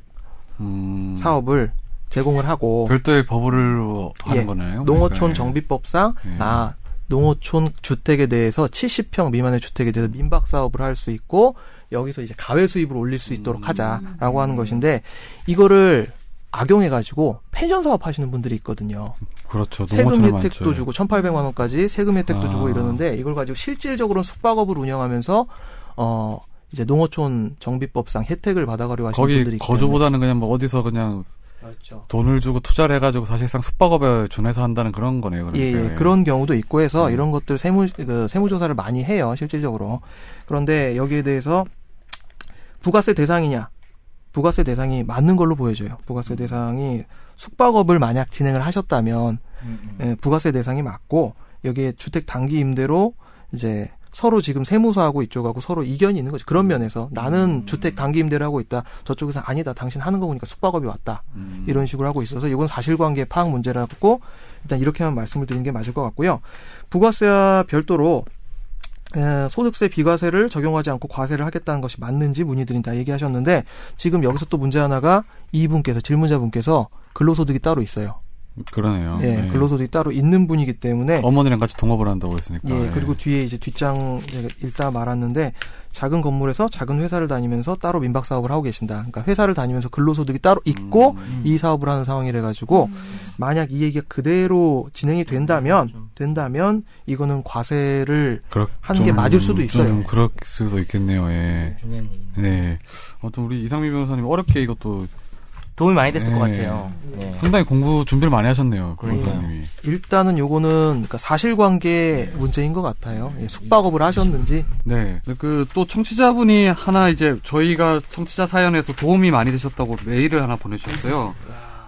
S1: 음,
S3: 사업을 제공을 하고
S1: 별도의 법으로 하는
S3: 예.
S1: 거네요.
S3: 농어촌
S1: 그러니까, 예.
S3: 정비법상
S1: 예.
S3: 아 농어촌 주택에 대해서 70평 미만의 주택에 대해서 민박 사업을 할 수 있고 여기서 이제 가외 수입을 올릴 수 있도록
S1: 음.
S3: 하자라고 하는 것인데 이거를 악용해 가지고 펜션 사업 하시는 분들이 있거든요.
S1: 그렇죠.
S3: 세금
S1: 농어촌에
S3: 혜택도
S1: 많죠.
S3: 주고 1,800만 원까지 세금 혜택도
S1: 아.
S3: 주고 이러는데 이걸 가지고 실질적으로는 숙박업을 운영하면서 어 이제 농어촌 정비법상 혜택을 받아가려 하시는 분들이
S1: 거기
S3: 있기
S1: 거주보다는 그냥 뭐 어디서 그냥
S3: 때문에. 그렇죠.
S1: 돈을 주고 투자를 해가지고 사실상 숙박업에 준해서 한다는 그런 거네요.
S3: 예,
S1: 그러니까.
S3: 예, 그런 경우도 있고 해서
S1: 음.
S3: 이런 것들 세무 그 세무조사를 많이 해요 실질적으로 그런데 여기에 대해서 부가세 대상이냐 부가세 대상이 맞는 걸로 보여져요
S1: 음.
S3: 부가세 대상이 숙박업을 만약 진행을
S1: 음,
S3: 하셨다면 예, 부가세 대상이 맞고 여기에 주택 단기 임대로 이제 서로 지금 세무서하고 이쪽하고 서로 이견이 있는 거죠. 그런
S1: 음.
S3: 면에서 나는 주택 단기 임대를 하고 있다. 저쪽에서 아니다. 당신 하는 거 보니까 숙박업이 왔다.
S1: 음.
S3: 이런 식으로 하고 있어서 이건 사실관계 파악 문제라고 일단 이렇게만 말씀을 드리는 게 맞을 것 같고요. 부가세와 별도로 에, 소득세 비과세를 적용하지 않고 과세를 하겠다는 것이 맞는지 문의드린다 얘기하셨는데 지금 여기서 또 문제 하나가 이분께서 질문자분께서 근로소득이 따로 있어요.
S1: 그러네요.
S3: 예,
S1: 예.
S3: 근로소득이 따로 있는 분이기 때문에
S1: 어머니랑 같이 동업을 한다고 했으니까.
S3: 예, 그리고 뒤에 이제 뒷장 제가 읽다 말았는데 작은 건물에서 작은 회사를 다니면서 따로 민박 사업을 하고 계신다. 그러니까 회사를 다니면서 근로소득이 따로 있고 이 사업을 하는 상황이래 가지고
S2: 음.
S3: 만약 이 얘기가 그대로 진행이 된다면 된다면 이거는 과세를
S1: 그렇-
S3: 하는 게
S1: 좀-
S3: 맞을 수도 있어요.
S1: 좀 그럴 수도 있겠네요. 예.
S7: 중요한 얘기.
S1: 네. 아무튼 우리 이상민 변호사님 어렵게 이것도
S7: 도움이 많이 됐을 것
S1: 예.
S7: 같아요 예.
S1: 상당히 공부 준비를 많이 하셨네요.
S7: 그러니까요.
S1: 변호사님이.
S3: 일단은 요거는 그러니까 사실관계 문제인 것 같아요. 예, 숙박업을 하셨는지
S1: 네. 그 또 청취자분이 하나 이제 저희가 청취자 사연에서 도움이 많이 되셨다고 메일을 하나 보내주셨어요.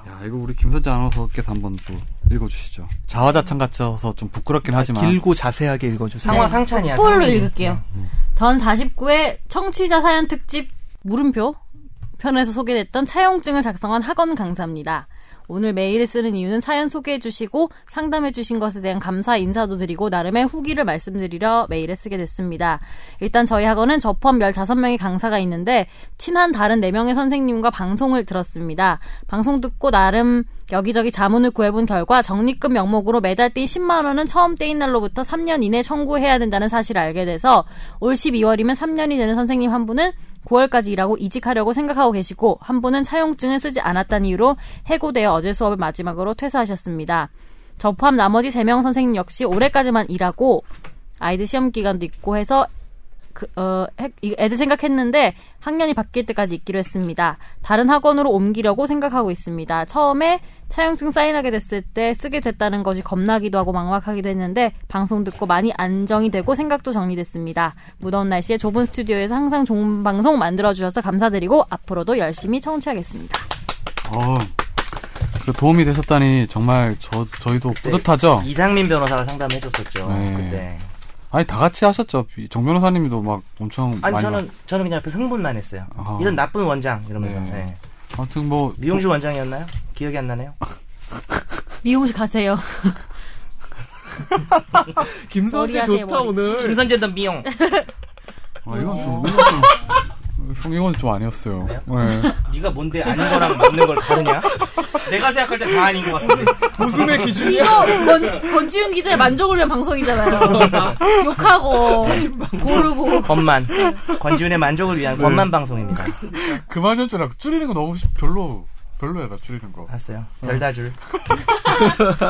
S1: 야, 이거 우리 김선재 아나운서께서 한번 또 읽어주시죠. 자화자찬 같아서 좀 부끄럽긴 하지만.
S3: 길고 자세하게 읽어주세요.
S4: 네.
S7: 상화 상찬이야
S2: 그 폴로
S7: 상황이. 네. 음.
S2: 읽을게요. 전 49회 청취자 사연 특집 물음표 편에서 소개됐던 차용증을 작성한 학원 강사입니다. 오늘 메일을 쓰는 이유는 사연 소개해 주시고 상담해 주신 것에 대한 감사 인사도 드리고 나름의 후기를 말씀드리려 메일을 쓰게 됐습니다. 일단 저희 학원은 저 포함 15명의 강사가 있는데 친한 다른 4명의 선생님과 방송을 들었습니다. 방송 듣고 나름 여기저기 자문을 구해본 결과 적립금 명목으로 매달 띠 10만 원은 처음 떼인 날로부터 3년 이내 청구해야 된다는 사실을 알게 돼서 올 12월이면 3년이 되는 선생님 한 분은 9월까지 일하고 이직하려고 생각하고 계시고 한 분은 차용증을 쓰지 않았다는 이유로 해고되어 어제 수업을 마지막으로 퇴사하셨습니다. 저 포함 나머지 3명 선생님 역시 올해까지만 일하고 아이들 시험 기간도 있고 해서 그, 어, 해- 이- 애들 생각했는데 학년이 바뀔 때까지 있기로 했습니다. 다른 학원으로 옮기려고 생각하고 있습니다. 처음에 차용증 사인하게 됐을 때 쓰게 됐다는 것이 겁나기도 하고 막막하기도 했는데 방송 듣고 많이 안정이 되고 생각도 정리됐습니다. 무더운 날씨에 좁은 스튜디오에서 항상 좋은 방송 만들어주셔서 감사드리고 앞으로도 열심히 청취하겠습니다.
S1: 어, 그 도움이 되셨다니 정말 저 저희도 뿌듯하죠.
S4: 이상민 변호사가 상담해줬었죠.
S1: 어. 네.
S4: 그때.
S1: 아니 다 같이 하셨죠. 정 변호사님도 막 엄청
S4: 아니
S1: 많이.
S4: 저는 저는 그냥 옆에 흥분만 했어요.
S1: 아.
S4: 이런 나쁜 원장 이러면서.
S1: 네.
S4: 네.
S1: 막- 아무튼 뭐
S4: 미용실 원장이었나요? 기억이 안 나네요.
S1: 아,
S2: 미용실 가세요.
S3: 김선재
S2: 머리 하세요,
S3: 좋다
S2: 머리.
S1: 네.
S3: 오늘.
S4: 김선재 더 미용.
S1: 아, 이건 좀, 이건 좀- 형 이건 좀 아니었어요.
S4: 그래요?
S1: 네.
S4: 네가 뭔데 아닌 거랑 맞는 걸 다르냐? 내가 생각할 때 다 아닌 것 같은데.
S3: 웃음의 기준이
S2: 이거 권, 권지윤 기자의 만족을 위한 방송이잖아요. 막 욕하고 고르고
S4: 권만 권지훈의 만족을 위한
S1: 네.
S4: 권만 방송입니다.
S1: 그만 좀줄 알고 줄이는 거 너무 쉽- 별로 별로야 나 줄이는 거.
S4: 봤어요. 별다줄.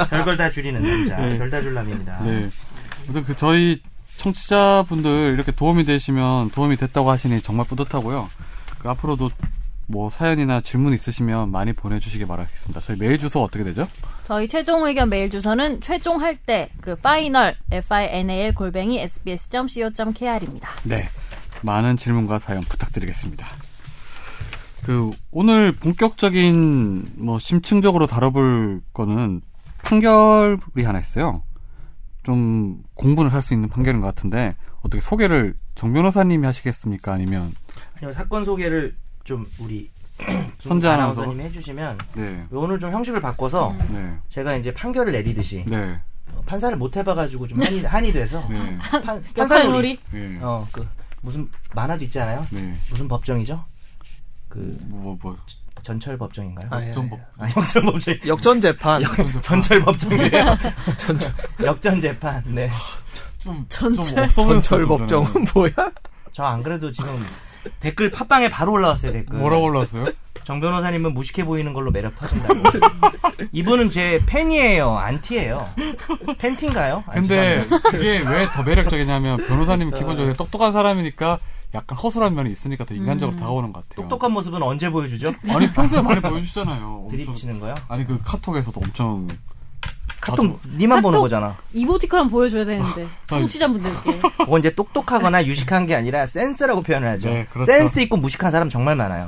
S4: 별걸 다 줄이는 남자.
S1: 네.
S4: 별다줄남입니다.
S1: 네. 아무튼 그 저희 청취자분들 이렇게 도움이 되시면 도움이 됐다고 하시니 정말 뿌듯하고요. 그 앞으로도 뭐 사연이나 질문 있으시면 많이 보내주시기 바라겠습니다. 저희 메일 주소 어떻게 되죠?
S2: 저희 최종 의견 메일 주소는 최종 할 때 그 final f i n a l 골뱅이 s b s c o k r입니다.
S1: 네. 많은 질문과 사연 부탁드리겠습니다. 그 오늘 본격적인 뭐 심층적으로 다뤄볼 거는 판결이 하나 있어요. 좀 공분을 할 수 있는 판결인 것 같은데 어떻게 소개를 정 변호사님이 하시겠습니까? 아니면
S4: 아니요 사건 소개를 좀 우리
S1: 선재 아나운서.
S4: 아나운서님이 해주시면
S1: 네,
S4: 오늘 좀 형식을 바꿔서
S1: 네,
S4: 제가 이제 판결을 내리듯이
S1: 네,
S4: 어, 판사를 못 해봐가지고 좀 한이, 한이 돼서
S1: 네,
S4: 판,
S2: 역할놀이
S1: 네,
S4: 어그 무슨 만화도 있잖아요.
S1: 네.
S4: 무슨 법정이죠? 그
S1: 뭐, 뭐,
S4: 전철 법정인가요?
S3: 아, 예.
S1: 좀 뭐,
S4: 아, 역전 법정.
S3: 역전 재판.
S4: 전철 법정이에요.
S3: 전철,
S4: 역전 재판. 네.
S1: 좀,
S2: 전철-
S1: 없어 보였어요,
S3: 전철
S1: 좀 전에.
S3: 법정은 뭐야?
S4: 저 안 그래도 지금 댓글 팟빵에 바로 올라왔어요 댓글.
S1: 뭐라고 올라왔어요?
S4: 정 변호사님은 무식해 보이는 걸로 매력 터진다고. 이분은 제 팬이에요, 안티예요. 팬티인가요? 아니,
S1: 근데
S4: 죄송합니다.
S1: 그게 왜 더 매력적이냐면 변호사님 기본적으로 똑똑한 사람이니까 약간 허술한 면이 있으니까 더 인간적으로 다가오는 것 같아요.
S4: 똑똑한 모습은 언제 보여주죠?
S1: 아니 평소에 많이 보여주잖아요.
S4: 드립
S1: 엄청.
S4: 치는 거요?
S1: 아니 그 카톡에서도 엄청
S4: 카톡 니만 보는
S2: 카톡.
S4: 거잖아.
S2: 이모티콘 보여줘야 되는데 청취자분들께
S4: 그건 이제 똑똑하거나 유식한 게 아니라 센스라고 표현을 하죠.
S1: 네, 그렇죠.
S4: 센스 있고 무식한 사람 정말 많아요.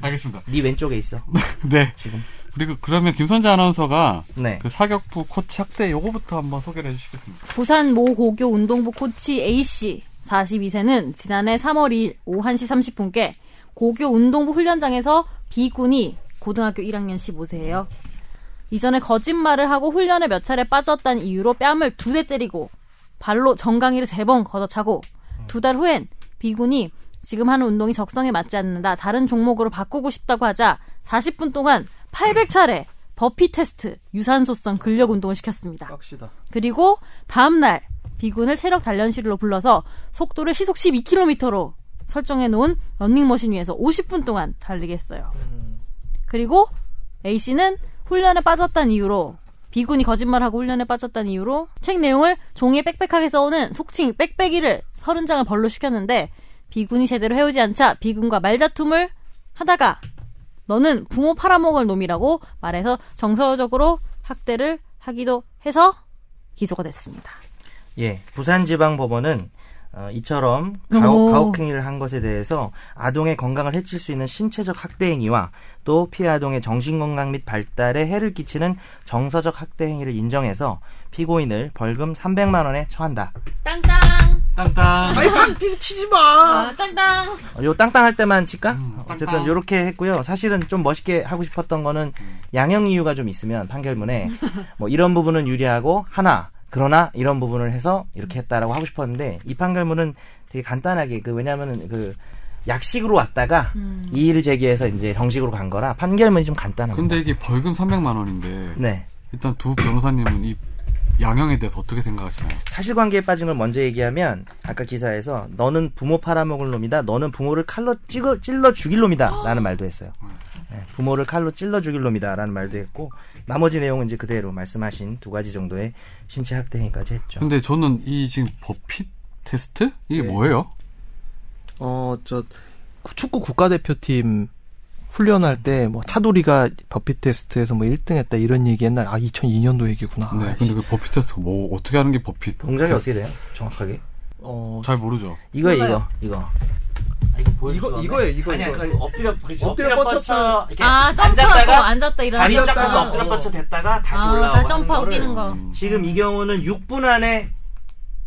S1: 알겠습니다.
S4: 네 왼쪽에 있어.
S1: 네.
S4: 지금.
S1: 그리고 그러면 김선재 아나운서가
S4: 네.
S1: 그 사격부 코치 학대 요거부터 한번 소개를 해주시겠습니다.
S2: 부산 모 고교 운동부 코치 A씨 42세는 지난해 3월 2일 오후 1시 30분께 고교 운동부 훈련장에서 B군이 고등학교 1학년 15세예요. 이전에 거짓말을 하고 훈련에 몇 차례 빠졌다는 이유로 뺨을 두 대 때리고 발로 정강이를 세 번 걷어차고 두 달 후엔 B군이 지금 하는 운동이 적성에 맞지 않는다. 다른 종목으로 바꾸고 싶다고 하자 40분 동안 800차례 버피 테스트, 유산소성 근력 운동을 시켰습니다.
S3: 빡시다.
S2: 그리고 다음날 비군을 체력 단련실로 불러서 속도를 시속 12km로 설정해 놓은 런닝머신 위에서 50분 동안 달리게 했어요. 그리고 A씨는 훈련에 빠졌다는 이유로 비군이 거짓말하고 훈련에 빠졌다는 이유로 책 내용을 종이에 빽빽하게 써오는 속칭 빽빽이를 30장을 벌로 시켰는데 비군이 제대로 해오지 않자 비군과 말다툼을 하다가 너는 부모 팔아먹을 놈이라고 말해서 정서적으로 학대를 하기도 해서 기소가 됐습니다.
S4: 예, 부산지방법원은 어, 이처럼
S2: 오.
S4: 가혹, 가혹행위를 한 것에 대해서 아동의 건강을 해칠 수 있는 신체적 학대행위와 또 피해 아동의 정신건강 및 발달에 해를 끼치는 정서적 학대행위를 인정해서 피고인을 벌금 300만 원에 처한다.
S2: 땅땅.
S1: 땅땅.
S3: 아니 깍지 치지 마.
S2: 아, 땅땅.
S4: 어, 요 땅땅 할 때만 칠까?
S1: 음,
S4: 어쨌든
S1: 땅땅.
S4: 요렇게 했고요. 사실은 좀 멋있게 하고 싶었던 거는 양형 이유가 좀 있으면 판결문에 뭐 이런 부분은 유리하고 하나 그러나 이런 부분을 해서 이렇게 했다라고 하고 싶었는데 이 판결문은 되게 간단하게 그 왜냐하면 그 약식으로 왔다가
S1: 음.
S4: 이의를 제기해서 이제 정식으로 간 거라 판결문이 좀 간단합니다.
S1: 근데 이게 벌금 300만 원인데
S4: 네
S1: 일단 두 변호사님은 이 양형에 대해서 어떻게 생각하시나요?
S4: 사실관계에 빠진 걸 먼저 얘기하면 아까 기사에서 너는 부모 팔아먹을 놈이다. 너는 부모를 칼로 찌거- 찔러 죽일 놈이다라는 말도 했어요. 네, 부모를 칼로 찔러 죽일 놈이다라는 말도 했고 나머지 내용은 이제 그대로 말씀하신 두 가지 정도의 신체 학대 행위까지 했죠.
S1: 근데 저는 이 지금 버핏 테스트 이게
S3: 네.
S1: 뭐예요?
S3: 어, 저 구- 축구 국가대표팀 훈련할 때 뭐 차돌이가 버핏 테스트에서 뭐 1등 했다 이런 얘기 옛날 아 2002년도
S4: 아,
S3: 얘기구나.
S1: 네. 근데 그 버핏 테스트 뭐 어떻게 하는 게 버핏?
S4: 동작이
S1: 테스트?
S4: 어떻게 돼요? 정확하게
S3: 어,
S1: 잘 모르죠.
S4: 이거 이거
S2: 몰라요.
S4: 이거
S3: 이거 이거예요. 이거
S8: 아니야,
S3: 이거.
S8: 그 엎드려, 그치?
S3: 엎드려
S8: 엎드려
S3: 뻗쳐.
S8: 뻗쳐. 이렇게
S2: 아, 점프하고
S8: 앉았다가
S2: 앉았다
S8: 다리
S2: 일어났다.
S8: 쫙 펴서
S3: 엎드려
S8: 엎드려 뻗쳐 됐다가 다시
S2: 아,
S8: 올라오고. 하는
S2: 다시 점프하고
S8: 거를
S2: 뛰는 거.
S4: 지금 이 경우는 6분 안에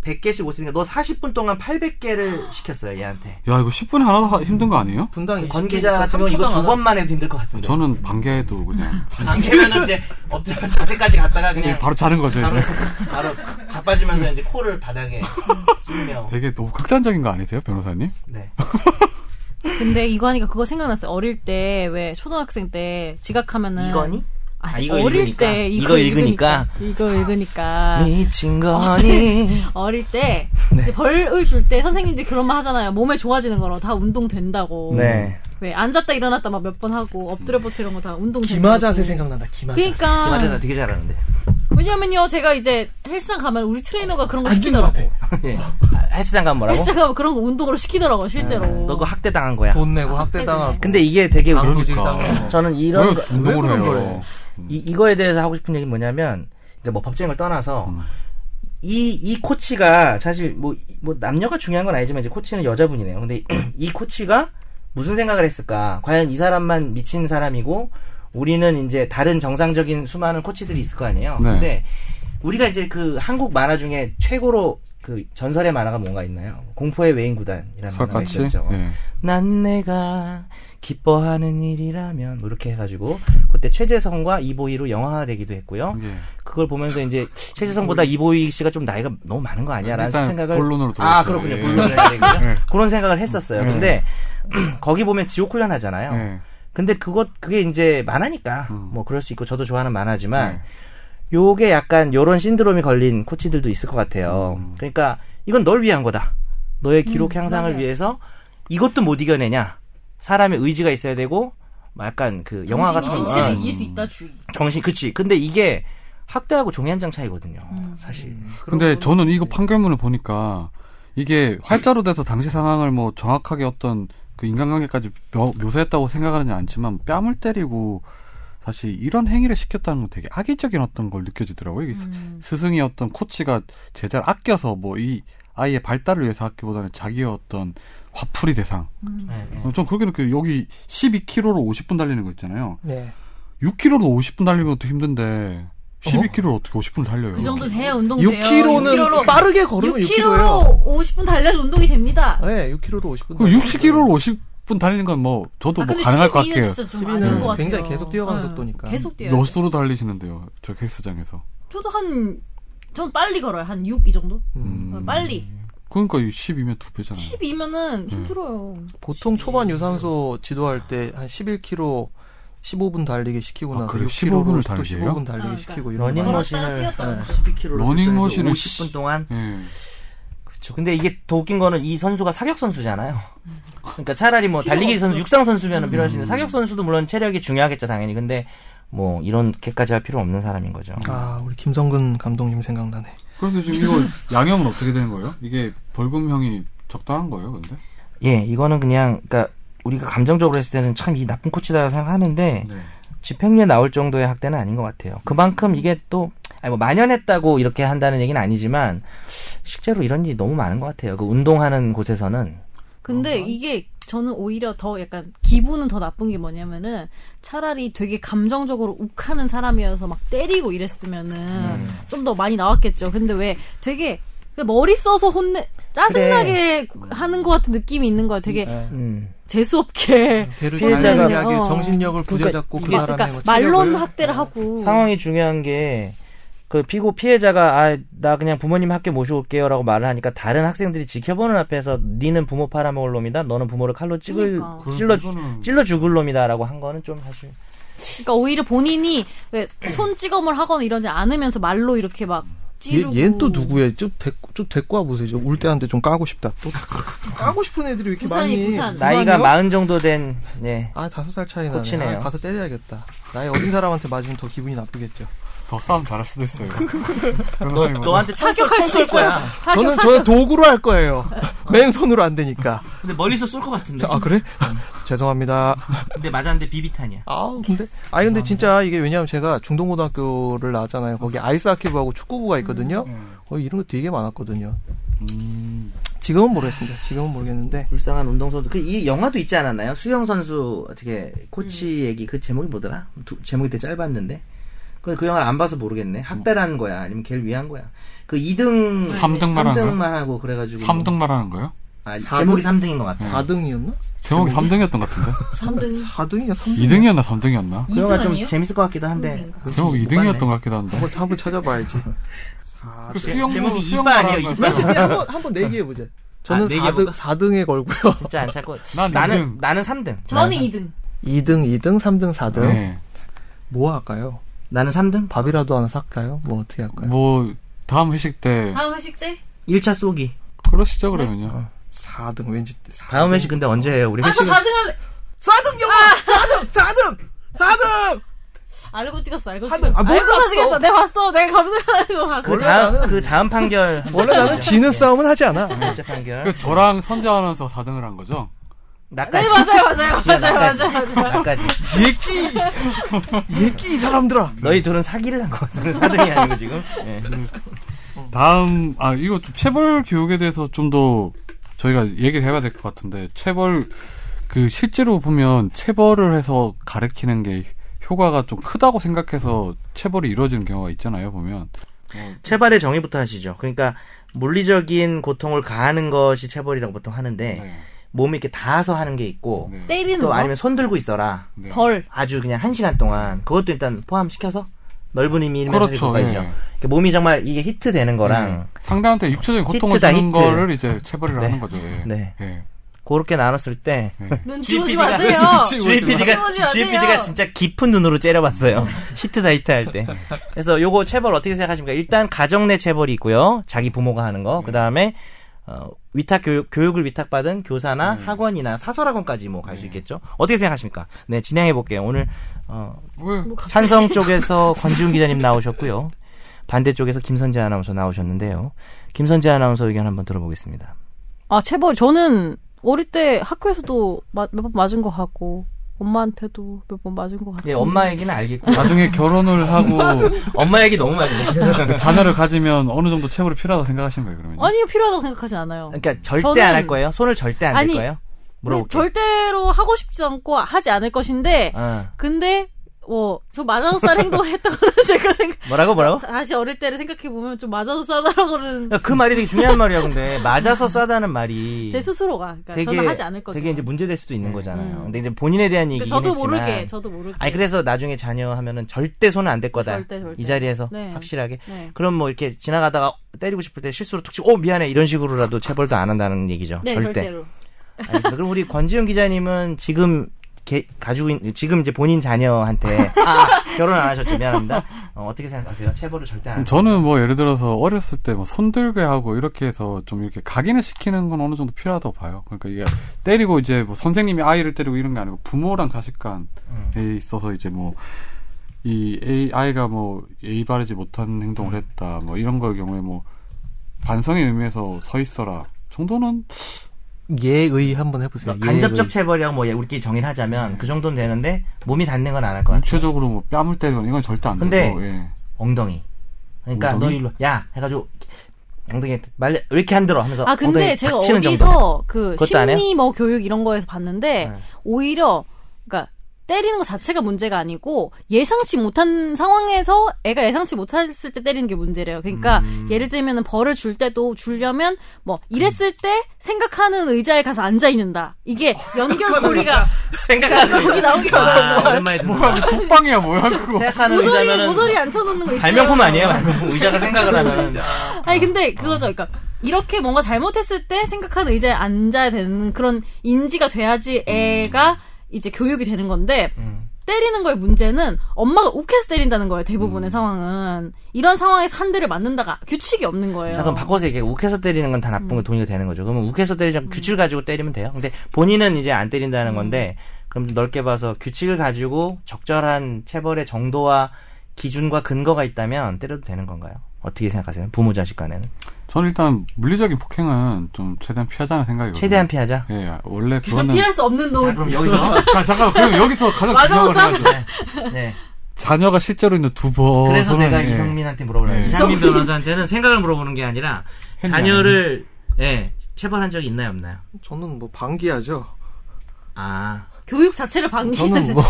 S4: 100개씩 못 쓰니까 너 40분 동안 800개를 시켰어요 얘한테.
S1: 야 이거 10분에 하나 하- 힘든 거 아니에요?
S3: 분당 20개
S4: 권 기자 같은 경우 이거 두 번만 해도 힘들 것 같은데.
S1: 저는 반개도 그냥
S8: 안 되면 이제 엎드려 자세까지 갔다가
S1: 이게
S8: 그냥
S1: 바로 네. 자는 거죠.
S8: 바로,
S1: 이제.
S8: 바로 자빠지면서 이제 코를 바닥에 찔며.
S1: 되게 너무 극단적인 거 아니세요, 변호사님?
S8: 네.
S2: 근데 이거 하니까 그거 생각났어요. 어릴 때 왜 초등학생 때 지각하면은
S4: 이건이?
S2: 아니,
S4: 아, 이거
S2: 어릴
S4: 읽으니까.
S2: 때
S4: 이거 읽으니까. 네.
S2: 이거
S1: 아.
S2: 읽으니까
S4: 미친
S1: 네.
S4: 거니?
S2: 어릴 때 벌을 줄 때 선생님들 그런 말 하잖아요. 몸에 좋아지는 거로 다 운동 된다고.
S4: 네.
S2: 왜 앉았다 일어났다 막 몇 번 하고 엎드려 뻗치 이런 거 다 운동
S3: 기마
S2: 된다고.
S3: 자세 생각난다. 기마 자세.
S2: 그러니까
S4: 맞아, 나 되게 잘하는데.
S2: 왜냐면요 제가 이제 헬스장 가면 우리 트레이너가 그런 거 시키더라고.
S4: 예. 아, 헬스장 가면 뭐라고? 네.
S2: 헬스장 가면 그런 거 운동으로 시키더라고 실제로.
S4: 너 그거 학대 당한 거야.
S3: 돈 내고 학대당하고 아,
S4: 근데 이게 되게
S3: 당
S4: 웃-
S3: 도질
S1: 그러니까.
S3: 당하고.
S4: 저는
S1: 왜
S4: 이런 거-
S1: 운동을
S3: 왜 그런
S1: 해요?
S3: 거래?
S1: 음.
S4: 이, 이거에 대해서 하고 싶은 얘기는 뭐냐면 이제 뭐 법쟁을 떠나서
S1: 음.
S4: 이 이 코치가 사실 뭐 뭐 남녀가 중요한 건 아니지만 이제 코치는 여자분이네요. 근데 이 코치가 무슨 생각을 했을까? 과연 이 사람만 미친 사람이고 우리는 이제 다른 정상적인 수많은 코치들이 있을 거 아니에요.
S1: 네.
S4: 근데 우리가 이제 그 한국 만화 중에 최고로 그 전설의 만화가 뭔가 있나요? 공포의 외인 구단이라는 만화가
S1: 설같이.
S4: 있었죠.
S1: 예.
S4: 난 내가 기뻐하는 일이라면 뭐 이렇게 해가지고 그때 최재성과 이보이로 영화화 되기도 했고요.
S1: 예.
S4: 그걸 보면서 이제 최재성보다 이보이 씨가 좀 나이가 너무 많은 거 아니야라는
S1: 일단
S4: 생각을
S1: 본론으로
S4: 아
S1: 돌아오죠.
S4: 그렇군요
S1: 예.
S4: 본론을 해야 되군요.
S1: 예.
S4: 그런 생각을 했었어요.
S1: 예.
S4: 근데 거기 보면 지옥훈련 하잖아요.
S1: 예.
S4: 근데 그것 그게 이제 만화니까
S1: 음. 예.
S4: 뭐 그럴 수 있고 저도 좋아하는 만화지만 요게 약간 요런 신드롬이 걸린 코치들도 있을 것 같아요.
S2: 음.
S4: 그러니까 이건 널 위한 거다. 너의 기록 향상을
S2: 맞아요.
S4: 위해서 이것도 못 이겨내냐. 사람의 의지가 있어야 되고 뭐 약간 그 영화 같은
S2: 정신이 신체를
S4: 어,
S2: 이길 수 있다 주의.
S4: 정신 그치. 근데 이게 학대하고 종이 한 장 차이거든요.
S2: 음.
S4: 사실.
S1: 근데 저는 이거 판결문을 보니까 이게 활자로 돼서 당시 상황을 뭐 정확하게 어떤 그 인간관계까지 묘, 묘사했다고 생각하는 건 않지만 뺨을 때리고 사실 이런 행위를 시켰다는 건 되게 악의적인 어떤 걸 느껴지더라고요. 이게 스-
S2: 음.
S1: 스승이 어떤 코치가 제자를 아껴서 뭐 이 아이의 발달을 위해서 아끼보다는 자기의 어떤 화풀이 대상.
S2: 음.
S4: 네, 네.
S1: 좀 그렇게 느껴요. 여기 12km로 50분 달리는 거 있잖아요.
S3: 네.
S1: 6km로 50분 달리는 것도 힘든데 12km를 어? 떻게 50분을 달려요?
S2: 그 정도 돼야 운동 돼요.
S3: 6km는 빠르게 걸으면 6km예요.
S2: 6km로 50분 달려야 운동이 됩니다.
S3: 네, 6km로 50분.
S1: 그 60km로 50분 달리는 건 뭐 저도
S2: 아,
S1: 뭐
S2: 근데
S1: 가능할 것
S2: 12는
S1: 같아요.
S2: 진짜 좀
S3: 12는
S2: 아닌 것 같아요.
S3: 굉장히 계속 뛰어가는
S2: 어,
S3: 속도니까.
S2: 계속 뛰어요.
S1: 몇 수로 달리시는데요? 저 헬스장에서.
S2: 저도 한, 전 빨리 걸어요. 한 6 이 정도?
S1: 음.
S2: 어, 빨리.
S1: 그러니까 12면 두
S3: 음.
S1: 배잖아요.
S2: 12면은 힘들어요.
S3: 보통 초반 유산소 지도할 때 한 11km 15분 달리기 시키고
S1: 아,
S3: 나서
S1: 그래요?
S3: 15분을
S1: 15분을 달리기예요?
S3: 15분 달리기
S2: 아,
S3: 시키고
S2: 그러니까.
S3: 이런 거.
S2: 걸었다가
S4: 러닝머신을 네.
S2: 뛰었다가.
S4: 12km로
S1: 러닝머신을
S4: 50분 동안
S1: 예.
S4: 그렇죠. 근데 이게 더 웃긴 거는 이 선수가 사격 선수잖아요. 그러니까 차라리 뭐 달리기 선수, 육상 선수면은 필요할 수 있는 사격 선수도 물론 체력이 중요하겠죠, 당연히. 근데 뭐 이렇게까지 할 필요 없는 사람인 거죠.
S3: 아, 우리 김성근 감독님 생각나네.
S1: 그래서 지금 이거 양형은 어떻게 되는 거예요? 이게 벌금형이 적당한 거예요, 근데?
S4: 예, 이거는 그냥 그러니까 우리가 감정적으로 했을 때는 참 이 나쁜 코치다 생각하는데
S1: 네.
S4: 집행유예 나올 정도의 학대는 아닌 것 같아요. 그만큼 이게 또 아니 뭐 만연했다고 이렇게 한다는 얘기는 아니지만 실제로 이런 일이 너무 많은 것 같아요. 그 운동하는 곳에서는
S2: 근데 이게 저는 오히려 더 약간 기분은 더 나쁜 게 뭐냐면은 차라리 되게 감정적으로 욱하는 사람이어서 막 때리고
S3: 음.
S2: 이랬으면은 좀 더 많이 나왔겠죠. 근데 왜 되게 머리 써서 혼내 짜증나게 하는 것 같은 느낌이 있는 거야. 되게
S3: 네.
S4: 음.
S2: 재수 없게
S3: 걔를
S2: 피해자가-
S3: 잔인하게
S2: 어.
S3: 정신력을 부여잡고 그
S2: 막
S3: 사람의
S2: 그러니까
S3: 뭐
S2: 말론
S3: 체력을-
S2: 학대를 하고
S4: 상황이 중요한 게 그 피고 피해자가 아 나 그냥 부모님 학교 모셔올게요라고 말을 하니까 다른 학생들이 지켜보는 앞에서 니는 부모 팔아먹을 놈이다 너는 부모를 칼로 찍을
S2: 그러니까.
S4: 찔러
S1: 이거는-
S4: 찔러 죽을 놈이다라고 한 거는 좀 사실
S2: 그러니까 오히려 본인이 왜 손 찌검을 하거나 이러지 않으면서 말로 이렇게 막 찌르고
S3: 얘, 얘또 누구야? 좀, 데, 좀 데리고 와보세요. 저울 때한테 좀 까고 싶다. 또 까고 싶은 애들이 이렇게
S2: 부산이,
S3: 많이.
S2: 부산.
S4: 나이가
S3: 부산이요?
S4: 마흔 정도 된 예.
S3: 아 다섯 살 차이 나네.
S4: 코치네요.
S3: 아, 가서 때려야겠다. 나이 어린 사람한테 맞으면 더 기분이 나쁘겠죠.
S1: 더 싸움 잘할 수도 있어요.
S4: 너, 너한테
S2: 사격할 수
S4: 쏠
S2: 있어요.
S4: 거야.
S2: 사격,
S3: 저는
S2: 사격.
S3: 저는 도구로 할 거예요. 맨손으로 안 되니까.
S9: 근데 멀리서 쏠 것 같은데.
S3: 아 그래? 죄송합니다.
S9: 근데 맞았는데 비비탄이야.
S3: 아 근데 아니 근데 진짜 이게 왜냐하면 제가 중동고등학교를 나왔잖아요. 거기 아이스하키부하고 축구부가 있거든요. 어, 이런 거 되게 많았거든요. 음. 지금은 모르겠습니다. 지금은 모르겠는데
S9: 불쌍한 운동선수. 그 이 영화도 있지 않았나요? 수영 선수 어떻게
S2: 음.
S9: 코치 얘기 그 제목이 뭐더라? 두- 제목이 되게 짧았는데. 그, 그 영화를 안 봐서 모르겠네. 학대라는 거야. 아니면 걔를 위한 거야. 그 2등.
S2: 네.
S1: 삼등 말하는 거야?
S9: 만 하고 그래가지고. 뭐
S1: 3등 말하는 거예요?
S9: 아,
S3: 사등?
S9: 제목이 3등인 것 같아.
S3: 4등이었나?
S1: 제목이 3등이었던 것 같은데?
S2: 3등
S3: 4등이야 3등.
S1: 2등이었나 3등이었나?
S9: 그 영화 좀
S2: 이등이에요?
S9: 재밌을 것 같기도 한데.
S1: 제목이 2등이었던 것 같기도 한데.
S3: 한번 한번 찾아봐야지. 아,
S1: 그 수영부,
S9: 제목이
S1: 수영
S9: 이빠 아니에요,
S1: 말하는
S9: 이빠?
S1: 거였어요.
S3: 한번 한번 내기해보자. 저는
S9: 아, 내기해볼까?
S3: 4등 4등에 걸고요.
S9: 진짜 안 찾고.
S1: 난
S4: 나는
S1: 이등.
S4: 나는 3등.
S2: 저는
S3: 네.
S2: 2등
S3: 2등, 2등, 3등, 4등.
S1: 네.
S3: 뭐 할까요?
S9: 나는 3등?
S3: 밥이라도 하나 살까요? 뭐 어떻게 할까요?
S1: 뭐, 다음 회식 때,
S2: 다음 회식 때?
S9: 1차 쏘기.
S1: 그러시죠,
S2: 네.
S9: 아.
S1: 그러면요.
S3: 4등 왠지
S9: 다음 회식 근데 언제 해요? 우리
S2: 아 저
S9: 회식은
S2: 4등 할래
S3: 4등 영화 4등 4등 4등
S2: 알고 찍었어 알고
S3: 하등.
S2: 찍었어
S3: 아, 뭘
S2: 알고
S3: 봤어?
S2: 찍었어 내가 봤어 내가 감사하는 거 봤어
S4: 그
S3: 원래
S4: 다음
S3: 나는-
S4: 그 다음 판결
S3: 원래 나는 지는 싸움은 하지 않아.
S4: 번째 판결
S1: 그 저랑 선재 아나운서 4등을 한 거죠?
S2: 네
S4: 나까지
S2: 맞아요 맞아요
S4: 지금
S2: 맞아요
S4: 나까지.
S2: 맞아요 맞아요
S4: 나까지
S3: 예끼 예끼 이 사람들아.
S4: 너희 둘은 사기를 한 거야. 너는 4등이 아니고 지금. 예.
S1: 다음, 아, 이거 좀 체벌 교육에 대해서 좀 더 저희가 얘기를 해봐야 될 것 같은데, 체벌, 그, 실제로 보면 체벌을 해서 가르치는 게 효과가 좀 크다고 생각해서 체벌이 이루어지는 경우가 있잖아요, 보면.
S4: 체벌의 정의부터 하시죠. 그러니까 물리적인 고통을 가하는 것이 체벌이라고 보통 하는데 몸이 이렇게 닿아서 하는 게 있고
S1: 네.
S2: 때리는
S4: 또
S2: 거
S4: 아니면 손 들고 있어라.
S1: 네.
S2: 벌
S4: 아주 그냥 한 시간 동안 그것도 일단 포함시켜서 넓은 의미면
S1: 그렇죠, 네. 예.
S4: 몸이 정말 이게 히트 되는 거랑
S1: 상대한테 육체적인 고통을
S4: 히트다,
S1: 주는
S4: 히트.
S1: 거를 이제 체벌이라
S4: 네.
S1: 하는 거죠. 예.
S4: 네.
S1: 예.
S4: 그렇게 나눴을 때
S2: 눈치 보지
S4: GPD 가-
S2: 마세요
S4: 주희 PD가
S2: 하지 마세요.
S4: 주희 PD가 진짜 깊은 눈으로 째려봤어요. 히트다 히트 할 때. 그래서 요거 체벌 어떻게 생각하십니까? 일단 가정 내 체벌이 있고요. 자기 부모가 하는 거. 그다음에 어, 위탁 교육, 교육을 위탁받은
S2: 음.
S4: 교사나 학원이나 사설학원까지 뭐
S2: 네.
S4: 갈 수 있겠죠. 어떻게 생각하십니까? 네, 진행해 볼게요. 오늘 어,
S1: 왜
S2: 뭐 갑자기
S4: 찬성 쪽에서 권지훈 기자님 나오셨고요. 반대 쪽에서 김선재 아나운서 나오셨는데요. 김선재 아나운서 의견 한번 들어보겠습니다.
S2: 아, 체벌, 저는 어릴 때 학교에서도 몇 번 맞은 거 같고, 엄마한테도 몇 번 맞은 거 같고.
S4: 네, 엄마 얘기는 알겠고
S1: 나중에 결혼을 하고
S4: 엄마 얘기 너무 많이 해요.
S1: 그 자녀를 가지면 어느 정도 체벌이 필요하다고 생각하시는 거예요, 그러면?
S2: 아니요, 필요하다고 생각하진 않아요.
S4: 그러니까 절대
S2: 저는-
S4: 안 할 거예요? 손을 절대 안 댈
S2: 아니,
S4: 거예요?
S2: 근데
S4: 물어볼게요.
S2: 절대로 하고 싶지 않고 하지 않을 것인데,
S4: 아,
S2: 근데, 뭐, 저 맞아서 쌀 행동을 했다고는 제가 생각,
S4: 뭐라고 뭐라고?
S2: 다시 어릴 때를 생각해보면 좀 맞아서 싸다라고는
S4: 그 말이 되게 중요한 말이야 근데 맞아서 싸다는 말이
S2: 제 스스로가. 그러니까 저는 하지 않을 거죠.
S4: 예. 되게 이제 문제될 수도 있는 거잖아요.
S2: 음.
S4: 근데 이제 본인에 대한
S2: 그러니까
S4: 얘기긴
S2: 저도
S4: 했지만
S2: 모르게, 저도 모르게.
S4: 아니 그래서 나중에 자녀 하면은 절대 손은 안 댈 거다.
S2: 절대, 절대.
S4: 이 자리에서
S2: 네.
S4: 확실하게.
S2: 네.
S4: 그럼 뭐 이렇게 지나가다가 때리고 싶을 때 실수로 툭 치고 어 미안해 이런 식으로라도 체벌도 안 한다는 얘기죠.
S2: 네,
S4: 절대.
S2: 절대로.
S4: 알겠습니다. 그럼 우리 권지윤 기자님은 지금 개- 가지고 있, 지금 이제 본인 자녀한테 아, 결혼 안 하셨죠 미안합니다. 어, 어떻게 생각하세요? 체벌을 절대 안. 하죠.
S1: 저는 뭐 예를 들어서 어렸을 때 뭐 손들게 하고 이렇게 해서 좀 이렇게 각인을 시키는 건 어느 정도 필요하다고 봐요. 그러니까 이게 때리고 이제 뭐 선생님이 아이를 때리고 이런 게 아니고 부모랑 자식 간에
S4: 음.
S1: 있어서 이제 뭐 이 A 아이가 뭐 예의 바르지 못한
S4: 음.
S1: 행동을 했다 뭐 이런 거의 경우에 뭐 반성의 의미에서 서 있어라 정도는
S3: 예의 한번 해보세요.
S4: 그러니까 간접적
S3: 네, 예의.
S4: 체벌이라고 뭐 우리끼리 정의를 하자면 그 정도는 되는데 몸이 닿는 건 안 할 것 같아요.
S1: 육체적으로 뭐 뺨을 때리거나 이건 절대 안
S4: 그렇죠. 근데
S1: 되고 예.
S4: 엉덩이. 그러니까
S1: 엉덩이?
S4: 너 일로 야 해가지고 엉덩이 말왜 이렇게 안 들어 하면서
S2: 아 근데
S4: 엉덩이
S2: 제가
S4: 탁 치는
S2: 어디서
S4: 정도.
S2: 그
S4: 그것도 안 해요?
S2: 심리 뭐 교육 이런 거에서 봤는데
S4: 네.
S2: 오히려 그러니까 때리는 것 자체가 문제가 아니고 예상치 못한 상황에서 애가 예상치 못했을 때 때리는 게 문제래요. 그러니까
S4: 음.
S2: 예를 들면 벌을 줄 때도 주려면 뭐 이랬을 때 생각하는 의자에 가서 앉아 있는다. 이게
S4: 어,
S2: 연결고리가
S7: 생각하는
S2: 여기 나온 게
S7: 아,
S2: 맞아.
S7: 오랜만에 듣는
S1: 뭐야, 이거 톡방이야, 뭐야, 그거.
S4: 생각하는
S2: 모서리
S4: 의자면은
S2: 모서리 앉혀놓는 거 있어요.
S7: 발명품 아니에요? 발명품. 의자가 생각을 하면.
S2: 아니 근데 그거죠. 그러니까 이렇게 뭔가 잘못했을 때 생각하는 의자에 앉아야 되는 그런 인지가 돼야지 애가 이제 교육이 되는 건데 때리는 거의 문제는 엄마가 욱해서 때린다는 거예요. 대부분의 상황은 이런 상황에서 한 대를 맞는다가 규칙이 없는 거예요.
S4: 잠깐 바꿔서 얘기해. 욱해서 때리는 건 다 나쁜 거 동의가 되는 거죠. 그러면 욱해서 때리지 않고 규칙을 가지고 때리면 돼요. 근데 본인은 이제 안 때린다는 건데, 그럼 좀 넓게 봐서 규칙을 가지고 적절한 체벌의 정도와 기준과 근거가 있다면 때려도 되는 건가요? 어떻게 생각하세요? 부모 자식 간에는?
S1: 저는 일단 물리적인 폭행은 좀 최대한 피하자는 생각이거든요.
S4: 최대한 피하자.
S1: 예, 원래 그거는.
S2: 그냥 그러니까 피할 수 없는 노.
S4: 그럼 여기서.
S1: 아, 자, 잠깐, 그럼 여기서 가장
S2: 맞아,
S1: 중요한 걸
S2: 맞아.
S1: 해야죠.
S4: 네.
S1: 자녀가 실제로 있는 두 번.
S4: 그래서 내가
S1: 예.
S4: 이성민한테 물어보려고.
S1: 네.
S4: 이성민 변호사한테는 생각을 물어보는 게 아니라
S1: 했냐.
S4: 자녀를, 예, 체벌한 적이 있나요, 없나요?
S3: 저는 뭐 방기하죠.
S4: 아.
S2: 교육 자체를 방기는
S3: 저는 뭐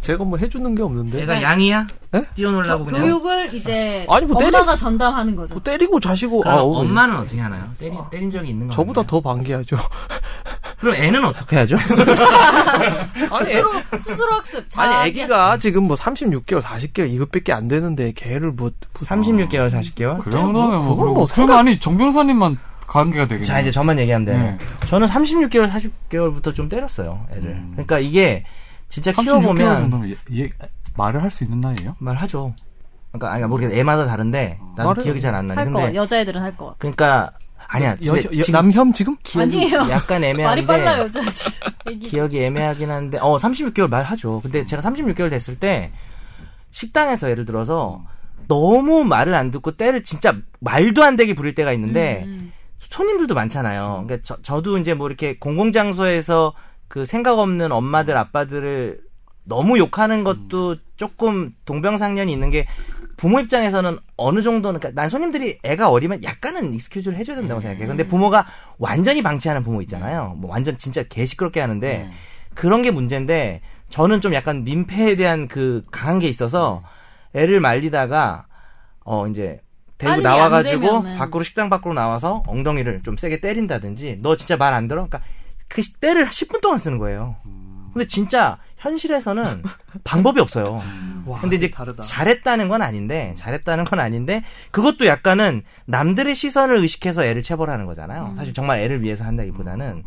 S3: 제가 뭐 해주는 게 없는데.
S4: 내가 양이야?
S3: 예?
S4: 뛰어놀라고 그냥.
S2: 교육을 이제
S3: 아니, 뭐 때려-
S2: 엄마가 전담하는 거죠.
S3: 뭐 때리고 자시고.
S4: 그럼
S3: 아, 어,
S4: 엄마는 네. 어떻게 하나요? 때린, 때린 적이 있는 거
S3: 저보다
S4: 아니에요?
S3: 더 방기하죠.
S4: 그럼 애는 어떻게 하죠?
S3: 아니, 애,
S2: 그 스스로 스스로 학습.
S3: 아니
S2: 자기
S3: 애기가 지금 뭐 36개월, 40개월 이것밖에 안 되는데 걔를 뭐
S4: 36개월, 40개월?
S1: 그 정도면 뭐,
S3: 그걸
S1: 그럼
S3: 뭐 생각-
S1: 아니, 정 변호사님만 관계가 되겠네.
S4: 자, 이제 저만 얘기하면 되네. 저는 36개월, 40개월부터 좀 때렸어요, 애를.
S1: 음.
S4: 그러니까 이게 진짜
S1: 36개월
S4: 키워보면
S1: 정도면 얘- 얘- 말을 할 수 있는 나이예요
S4: 말하죠. 그러니까, 아니, 모르겠어. 애마다 다른데, 나는
S3: 말을
S4: 기억이 잘 안 나네.
S2: 어. 할 거.
S4: 근데,
S2: 여자애들은 할 거.
S4: 그러니까, 아니야.
S3: 여,
S4: 근데
S3: 여-
S4: 지금
S3: 남혐 지금?
S2: 아니에요.
S4: 약간 애매한데.
S2: 말이 빨라요, 여자애들. 애기.
S4: 기억이 애매하긴 한데, 어, 36개월 말하죠. 근데 제가 36개월 됐을 때, 식당에서 예를 들어서, 너무 말을 안 듣고 때를 진짜 말도 안 되게 부릴 때가 있는데,
S2: 음,
S4: 손님들도 많잖아요. 그러니까 저, 저도 이제 뭐 이렇게 공공장소에서 그 생각 없는 엄마들, 아빠들을 너무 욕하는
S2: 음.
S4: 것도 조금 동병상련이 있는 게 부모 입장에서는 어느 정도는, 그러니까 난 손님들이 애가 어리면 약간은 익스큐즈를 해줘야
S2: 음.
S4: 된다고 생각해요. 근데 부모가 완전히 방치하는 부모
S2: 네.
S4: 있잖아요. 뭐 완전 진짜 개 시끄럽게 하는데 그런 게 문제인데 저는 좀 약간 민폐에 대한 그 강한 게 있어서
S2: 네.
S4: 애를 말리다가 어 이제 데리고
S2: 빨리 안
S4: 나와가지고
S2: 되면은.
S4: 밖으로 식당 밖으로 나와서 엉덩이를 좀 세게 때린다든지 너 진짜 말 안 들어? 그러니까 그 시- 때를 10분 동안 쓰는 거예요. 근데 진짜 현실에서는 방법이 없어요.
S3: 와,
S4: 근데 이제 잘했다는 건 아닌데 잘했다는 건 아닌데 그것도 약간은 남들의 시선을 의식해서 애를 체벌하는 거잖아요.
S2: 음.
S4: 사실 정말 애를 위해서 한다기보다는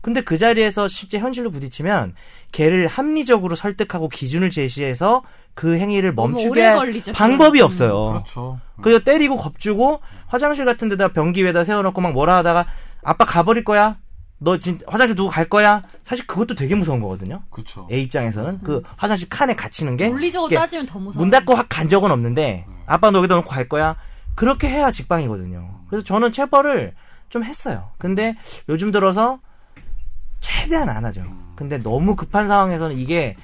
S4: 근데 그 자리에서 실제 현실로 부딪히면 걔를 합리적으로 설득하고 기준을 제시해서 그 행위를
S2: 너무
S4: 멈추게
S2: 오래
S4: 할
S2: 걸리죠, 음,
S4: 방법이
S2: 그건.
S4: 없어요.
S1: 그렇죠.
S4: 그래서 때리고 겁주고 화장실 같은 데다 변기 위에다 세워놓고 막 뭐라 하다가 아빠 가버릴 거야. 너 진 화장실 두고 갈 거야. 사실 그것도 되게 무서운 거거든요.
S1: 그렇죠.
S4: 애 입장에서는 그 화장실 칸에 갇히는 게
S2: 논리적으로
S4: 이게
S2: 따지면 더 무서워.
S4: 문 닫고 확 간 적은 없는데 아빠 너 여기다 놓고 갈 거야 그렇게 해야 직방이거든요 그래서 저는 체벌을 좀 했어요 근데 요즘 들어서 최대한 안 하죠 근데 너무 급한 상황에서는 이게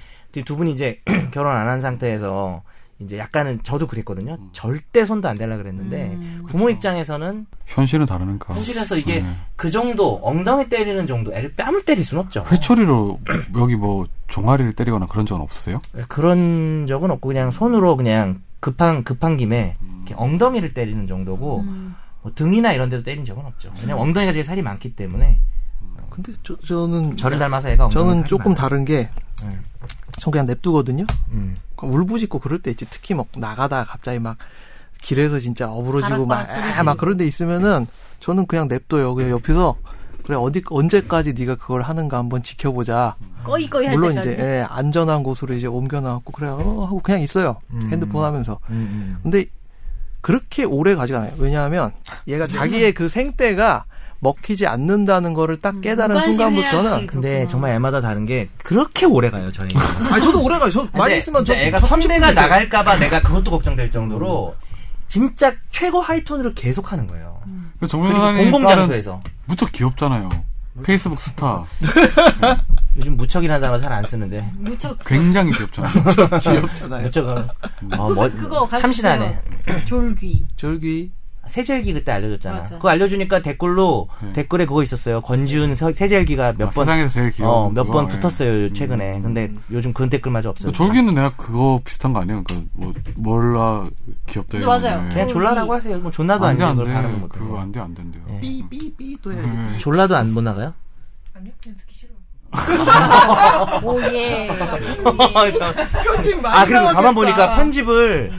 S4: 두 분이 이제 결혼 안 한 상태에서 이제 약간은 저도 그랬거든요 절대 손도 안 대려 음, 그랬는데 부모 입장에서는
S1: 현실은 다르니까.
S4: 현실에서 이게
S1: 네.
S4: 그 정도 엉덩이 때리는 정도 애를 뺨을 때릴 순 없죠
S1: 회초리로 여기 뭐 종아리를 때리거나 그런 적은 없으세요?
S4: 예, 그런 적은 없고 그냥 손으로 그냥 급한 급한 김에 이렇게 엉덩이를 때리는 정도고
S2: 음.
S4: 뭐 등이나 이런 데도 때린 적은 없죠. 왜냐면 엉덩이가 제일 살이 많기 때문에
S3: 근데 저, 저는 네.
S4: 저를 닮아서 애가 엉덩이
S3: 저는 조금 다른 게,
S4: 음.
S3: 저 그냥 냅두거든요.
S4: 음.
S3: 그러니까 울부짖고 그럴 때 있지. 특히 막 나가다 갑자기 막 길에서 진짜 어부러지고 막,
S2: 바락바락
S3: 아, 막 그런 데 있으면은 저는 그냥 냅둬요. 그냥 옆에서 그래 어디 언제까지 네가 그걸 하는가 한번 지켜보자.
S2: 꺼이꺼이 할
S3: 물론
S2: 때까지.
S3: 이제 예, 안전한 곳으로 이제 옮겨놔갖고 그래 어, 하고 그냥 있어요.
S4: 음.
S3: 핸드폰 하면서.
S4: 음, 음.
S3: 근데 그렇게 오래 가지 않아요. 왜냐하면 얘가
S2: 음.
S3: 자기의 그 생때가 먹히지 않는다는 거를 딱 깨달은
S2: 음. 무관심해야지.
S3: 순간부터는
S4: 근데
S2: 그렇구나.
S4: 정말 애마다 다른 게 그렇게 오래 가요 저희.
S3: 아니 저도 오래 가요. 저 많이
S4: 근데
S3: 있으면 저
S4: 진짜 애가 선배가 나갈까봐 내가 그것도 걱정될 정도로
S3: 음.
S4: 진짜 최고 하이톤으로 계속 하는 거예요.
S2: 음.
S1: 정
S4: 그리고
S1: 변호사님 딸은
S4: 그러니까 공공장소에서
S1: 무척 귀엽잖아요. 페이스북 스타
S4: 요즘 무척이라는 단어 잘 안 쓰는데
S2: 무척
S1: 굉장히 귀엽잖아요.
S3: 귀엽잖아요. 음.
S4: 무척은 어,
S2: 그거
S4: 뭐,
S2: 그거 가르쳐
S4: 참신하네.
S2: 주세요. 졸귀.
S3: 절귀
S4: 세제일기 그때 알려줬잖아.
S2: 맞아.
S4: 그거 알려주니까 댓글로
S1: 네.
S4: 댓글에 그거 있었어요.
S2: 네.
S4: 건지훈 세- 세제일기가
S1: 아,
S4: 몇 번,
S1: 세상에서 제일 귀여운
S4: 어, 몇 번
S1: 그거, 예. 뭐
S4: 붙었어요 최근에. 근데 요즘 그런 댓글마저 없어요.
S1: 졸기는 내가 그거 비슷한 거 아니야? 그러니까 뭐 몰라 귀엽다. 이런
S2: 네, 맞아요.
S1: 거. 예.
S4: 그냥 졸라라고 하세요. 뭐 존나도
S1: 안 돼,
S4: 아니고
S1: 안
S4: 그걸
S1: 돼.
S4: 바라는 것도.
S1: 네. 그거 안 돼, 안 된대요.
S4: 예.
S3: 삐삐삐도 해야
S1: 음.
S4: 졸라도 안 못 나가요?
S5: 아니요 그냥 듣기 싫어.
S2: 오예.
S4: 참.
S5: 편집 많이
S4: 아 그리고 가만
S5: 나왔겠다.
S4: 보니까 편집을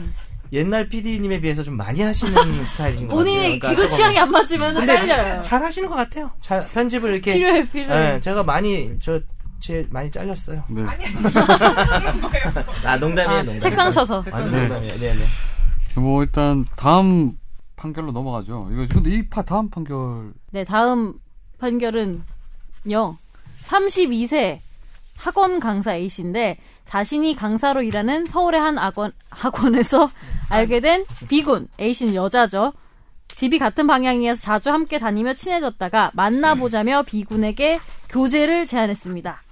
S4: 옛날 PD님에 비해서 좀 많이 하시는 스타일인 것 같아요.
S2: 본인의
S4: 그러니까
S2: 개그
S4: 조금
S2: 취향이 안 맞으면
S4: 근데
S2: 잘려요.
S4: 잘 하시는 것 같아요. 잘 편집을 이렇게
S2: 필요해 필요해.
S4: 예, 제가 많이 저 제 많이 잘렸어요.
S1: 네.
S4: 아 농담이에요,
S2: 아, 책상 쳐서.
S4: 완전
S1: 네.
S4: 농담이에요. 네, 네.
S1: 뭐 일단 다음 판결로 넘어가죠. 이거 근데 이 파, 다음 판결
S2: 네, 다음 판결은 요 32세 학원 강사 A씨인데 자신이 강사로 일하는 서울의 한 학원, 학원에서 알게 된 B군. A씨는 여자죠. 집이 같은 방향이어서 자주 함께 다니며 친해졌다가 만나보자며 B군에게 교제를 제안했습니다.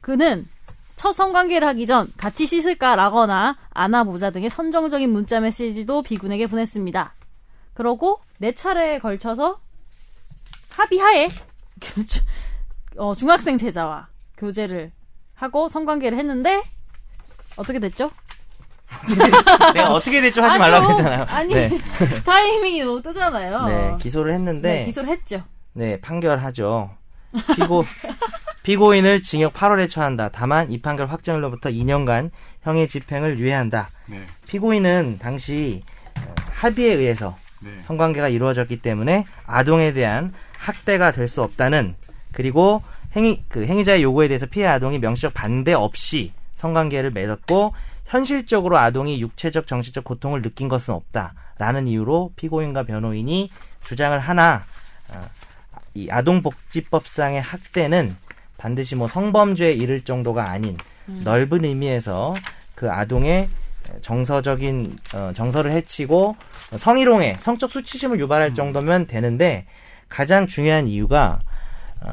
S2: 그는 첫 성관계를 하기 전 같이 씻을까라거나 안아보자 등의 선정적인 문자 메시지도 B군에게 보냈습니다. 그러고 네 차례에 걸쳐서 합의하에 교주- 어, 중학생 제자와 교제를 하고 성관계를 했는데 어떻게 됐죠?
S4: 내가 어떻게 될줄 하지
S2: 아니,
S4: 말라고
S2: 저-
S4: 했잖아요.
S2: 아니
S4: 네.
S2: 타이밍이 너무 뜨잖아요.
S4: 네, 기소를 했는데
S2: 네, 기소를 했죠.
S4: 네, 판결하죠. 피고, 피고인을 징역 8월에 처한다. 다만 이 판결 확정일로부터 2년간 형의 집행을 유예한다.
S1: 네.
S4: 피고인은 당시 어, 합의에 의해서
S1: 네.
S4: 성관계가 이루어졌기 때문에 아동에 대한 학대가 될 수 없다는 그리고 행위 그 행위자의 요구에 대해서 피해 아동이 명시적 반대 없이 성관계를 맺었고 현실적으로 아동이 육체적 정신적 고통을 느낀 것은 없다라는 이유로 피고인과 변호인이 주장을 하나 어, 이 아동복지법상의 학대는 반드시 뭐 성범죄에 이를 정도가 아닌 넓은 의미에서 그 아동의 정서적인 어, 정서를 해치고 성희롱에 성적 수치심을 유발할 정도면 되는데 가장 중요한 이유가 어,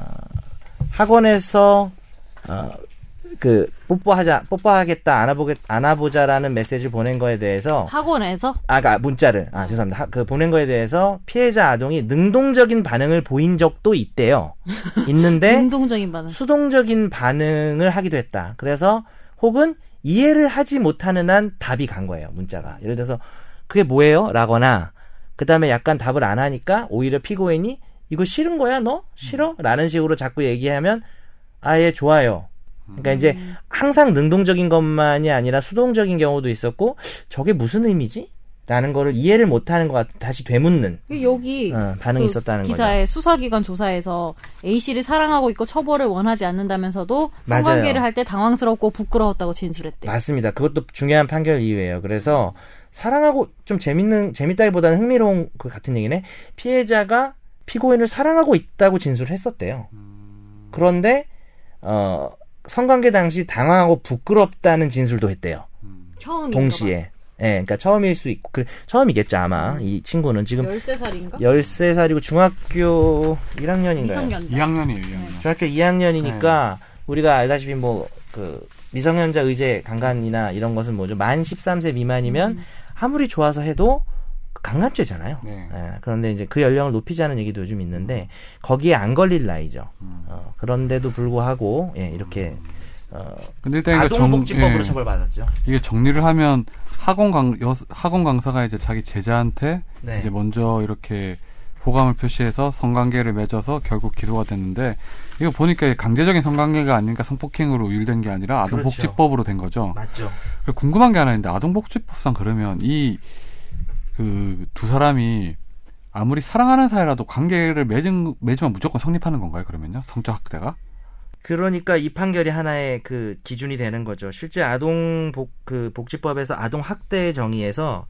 S4: 학원에서 어, 그 뽀뽀하자 뽀뽀하겠다 안아보겠 안아보자라는 메시지를 보낸 거에 대해서
S2: 학원에서
S4: 아까 문자를
S2: 네.
S4: 아 죄송합니다 하- 그 보낸 거에 대해서 피해자 아동이 능동적인 반응을 보인 적도 있대요 있는데
S2: 능동적인 반응.
S4: 수동적인 반응을 하기도 했다. 그래서 혹은 이해를 하지 못하는 한 답이 간 거예요. 문자가. 예를 들어서 그게 뭐예요? 라거나 그다음에 약간 답을 안 하니까 오히려 피고인이 이거 싫은 거야? 너 싫어?
S2: 음.
S4: 라는 식으로 자꾸 얘기하면 아예 좋아요. 그러니까 이제
S2: 음.
S4: 항상 능동적인 것만이 아니라 수동적인 경우도 있었고 저게 무슨 의미지? 라는 거를 이해를 못하는 것 같아 다시 되묻는
S2: 여기
S4: 어, 반응이
S2: 그
S4: 있었다는 거죠.
S2: 기사에 수사기관 조사에서 A 씨를 사랑하고 있고 처벌을 원하지 않는다면서도
S4: 맞아요.
S2: 성관계를 할 때 당황스럽고 부끄러웠다고 진술했대요.
S4: 맞습니다. 그것도 중요한 판결 이유예요. 그래서 사랑하고 좀 재밌는 재밌다기보다는 흥미로운 그 같은 얘기네. 피해자가 피고인을 사랑하고 있다고 진술을 했었대요. 그런데 어 성관계 당시 당황하고 부끄럽다는 진술도 했대요.
S2: 처음인가 봐.
S4: 동시에. 예, 그러니까 처음일 수 있고 그 처음이겠죠 아마 이 친구는 지금
S2: 13살인가?
S4: 13살이고 중학교 1학년인가요?
S2: 미성년자.
S1: 2학년이에요, 2학년.
S4: 중학교 2학년이니까
S1: 네.
S4: 우리가 알다시피 뭐 그 미성년자 의제 강간이나 이런 것은 뭐죠? 만 13세 미만이면 아무리 좋아서 해도 강간죄잖아요.
S1: 음. 네.
S4: 예, 그런데 이제 그 연령을 높이자는 얘기도 요즘 있는데
S1: 음.
S4: 거기에 안 걸릴 나이죠. 어, 그런데도 불구하고 예, 이렇게 어,
S1: 근데 일단 이거 정
S4: 아동복지법으로
S1: 예.
S4: 처벌받았죠.
S1: 이게 정리를 하면 학원 강 여, 학원 강사가 이제 자기 제자한테
S4: 네.
S1: 이제 먼저 이렇게 호감을 표시해서 성관계를 맺어서 결국 기소가 됐는데 이거 보니까 강제적인 성관계가 아니니까 성폭행으로 우율된 게 아니라
S4: 그렇죠.
S1: 아동복지법으로 된 거죠.
S4: 맞죠.
S1: 그리고 궁금한 게 하나 있는데 아동복지법상 그러면 이 그 두 사람이 아무리 사랑하는 사이라도 관계를 맺은 맺으면 무조건 성립하는 건가요? 그러면요 성적 학대가?
S4: 그러니까 이 판결이 하나의 그 기준이 되는 거죠. 실제 아동 복 그 복지법에서 아동 학대 정의에서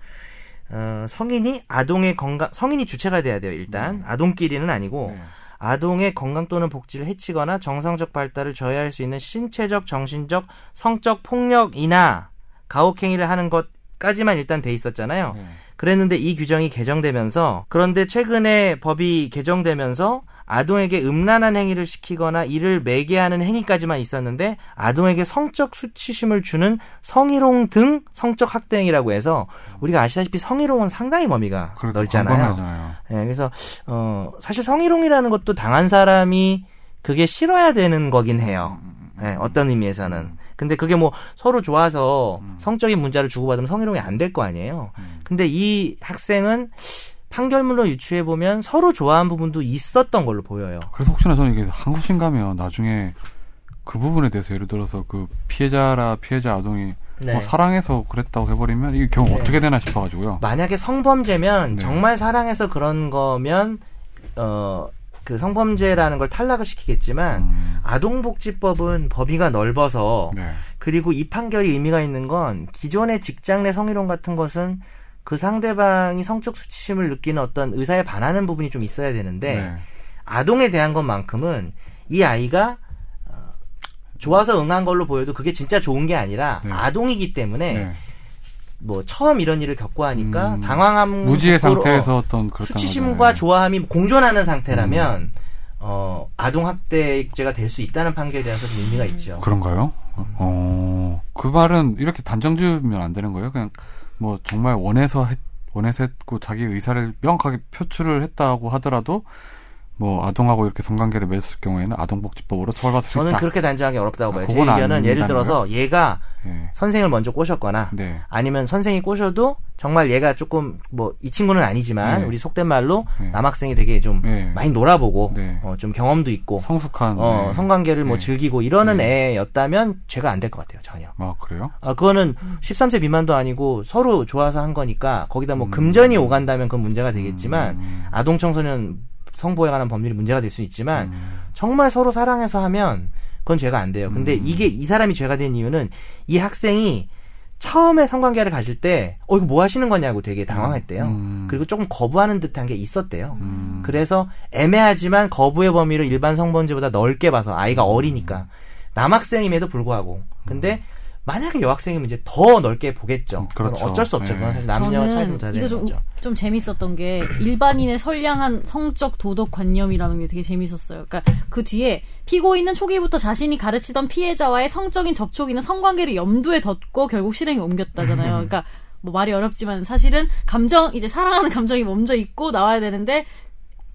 S4: 어, 성인이 아동의 건강 성인이 주체가 돼야 돼요. 일단 아동끼리는 아니고
S1: 네.
S4: 아동의 건강 또는 복지를 해치거나 정상적 발달을 저해할 수 있는 신체적, 정신적, 성적 폭력이나 가혹행위를 하는 것까지만 일단 돼 있었잖아요.
S1: 네.
S4: 그랬는데 이 규정이 개정되면서 그런데 최근에 법이 개정되면서 아동에게 음란한 행위를 시키거나 이를 매개하는 행위까지만 있었는데 아동에게 성적 수치심을 주는 성희롱 등 성적 학대 행위라고 해서 우리가 아시다시피 성희롱은 상당히 범위가
S1: 그렇게
S4: 넓잖아요.
S1: 광범위하잖아요.
S4: 예, 그래서 어 사실 성희롱이라는 것도 당한 사람이 그게 싫어야 되는 거긴 해요. 예, 어떤 의미에서는. 근데 그게 뭐 서로 좋아서 성적인 문제를 주고받으면 성희롱이 안 될 거 아니에요. 근데 이 학생은 판결문을 유추해 보면 서로 좋아한 부분도 있었던 걸로 보여요.
S1: 그래서 혹시나 저는 이게 항소심 가면 나중에 그 부분에 대해서 예를 들어서 그 피해자라 피해자 아동이 뭐 사랑해서 그랬다고 해버리면 이게 경우
S4: 네.
S1: 어떻게 되나 싶어가지고요.
S4: 만약에 성범죄면
S1: 네.
S4: 정말 사랑해서 그런 거면 어 그 성범죄라는 걸 탈락을 시키겠지만
S1: 음,
S4: 아동복지법은 범위가 넓어서
S1: 네.
S4: 그리고 이 판결이 의미가 있는 건 기존의 직장 내 성희롱 같은 것은 그 상대방이 성적 수치심을 느끼는 어떤 의사에 반하는 부분이 좀 있어야 되는데
S1: 네.
S4: 아동에 대한 것만큼은 이 아이가 어, 좋아서 응한 걸로 보여도 그게 진짜 좋은 게 아니라
S1: 네.
S4: 아동이기 때문에
S1: 네.
S4: 뭐 처음 이런 일을 겪고 하니까
S1: 음.
S4: 당황함
S1: 무지의
S4: 속으로,
S1: 상태에서 어떤
S4: 어,
S1: 그렇다는
S4: 수치심과
S1: 거잖아요. 네. 음.
S4: 좋아함이 공존하는 상태라면 어 아동 학대죄가 될 수 있다는 판결에 대해서 좀 의미가 있죠.
S1: 그런가요? 어, 그 말은 이렇게 단정 지으면 안 되는 거예요? 그냥 뭐 정말 원해서 했, 원해서 했고 자기 의사를 명확하게 표출을 했다고 하더라도 뭐 아동하고 이렇게 성관계를 맺었을 경우에는 아동복지법으로 처벌받을 수
S4: 저는
S1: 있다.
S4: 그렇게 단정하기 어렵다고
S1: 아,
S4: 봐요. 제
S1: 그건
S4: 의견은 예를
S1: 아니라는
S4: 들어서 얘가
S1: 예.
S4: 선생을 먼저 꼬셨거나
S1: 네.
S4: 아니면 선생이 꼬셔도 정말 얘가 조금 뭐 이 친구는 아니지만
S1: 네.
S4: 우리 속된 말로
S1: 네.
S4: 남학생이 되게 좀
S1: 네.
S4: 많이 놀아보고
S1: 네.
S4: 어, 좀 경험도 있고
S1: 성숙한.
S4: 어,
S1: 네.
S4: 성관계를 뭐
S1: 네.
S4: 즐기고 이러는 애였다면 죄가 안 될 것 같아요 전혀.
S1: 아 그래요?
S4: 아, 그거는 13세 미만도 아니고 서로 좋아서 한 거니까 거기다
S1: 음.
S4: 뭐 금전이 오간다면 그건 문제가 되겠지만 아동 청소년 성보호에 관한 법률이 문제가 될 수 있지만 정말 서로 사랑해서 하면 그건 죄가 안 돼요.
S1: 음.
S4: 근데 이게 이 사람이 죄가 된 이유는 이 학생이 처음에 성관계를 가질 때, 어, 이거 뭐 하시는 거냐고 되게 당황했대요.
S1: 음.
S4: 그리고 조금 거부하는 듯한 게 있었대요. 그래서 애매하지만 거부의 범위를 일반 성범죄보다 넓게 봐서 아이가
S1: 음.
S4: 어리니까 남학생임에도 불구하고 근데 만약에 여학생이면 이제 더 넓게 보겠죠.
S1: 음, 그렇죠.
S4: 그건 어쩔 수 없죠. 그건 사실 남녀 차이도
S2: 저는
S4: 다 되는
S2: 이거 좀,
S4: 거죠.
S2: 좀 재밌었던 게 일반인의 선량한 성적 도덕 관념이라는 게 되게 재밌었어요. 그러니까 그 뒤에 피고인은 초기부터 자신이 가르치던 피해자와의 성적인 접촉이나 성관계를 염두에 뒀고 결국 실행에 옮겼다잖아요. 그러니까 뭐 말이 어렵지만 사실은 감정 이제 사랑하는 감정이 먼저 있고 나와야 되는데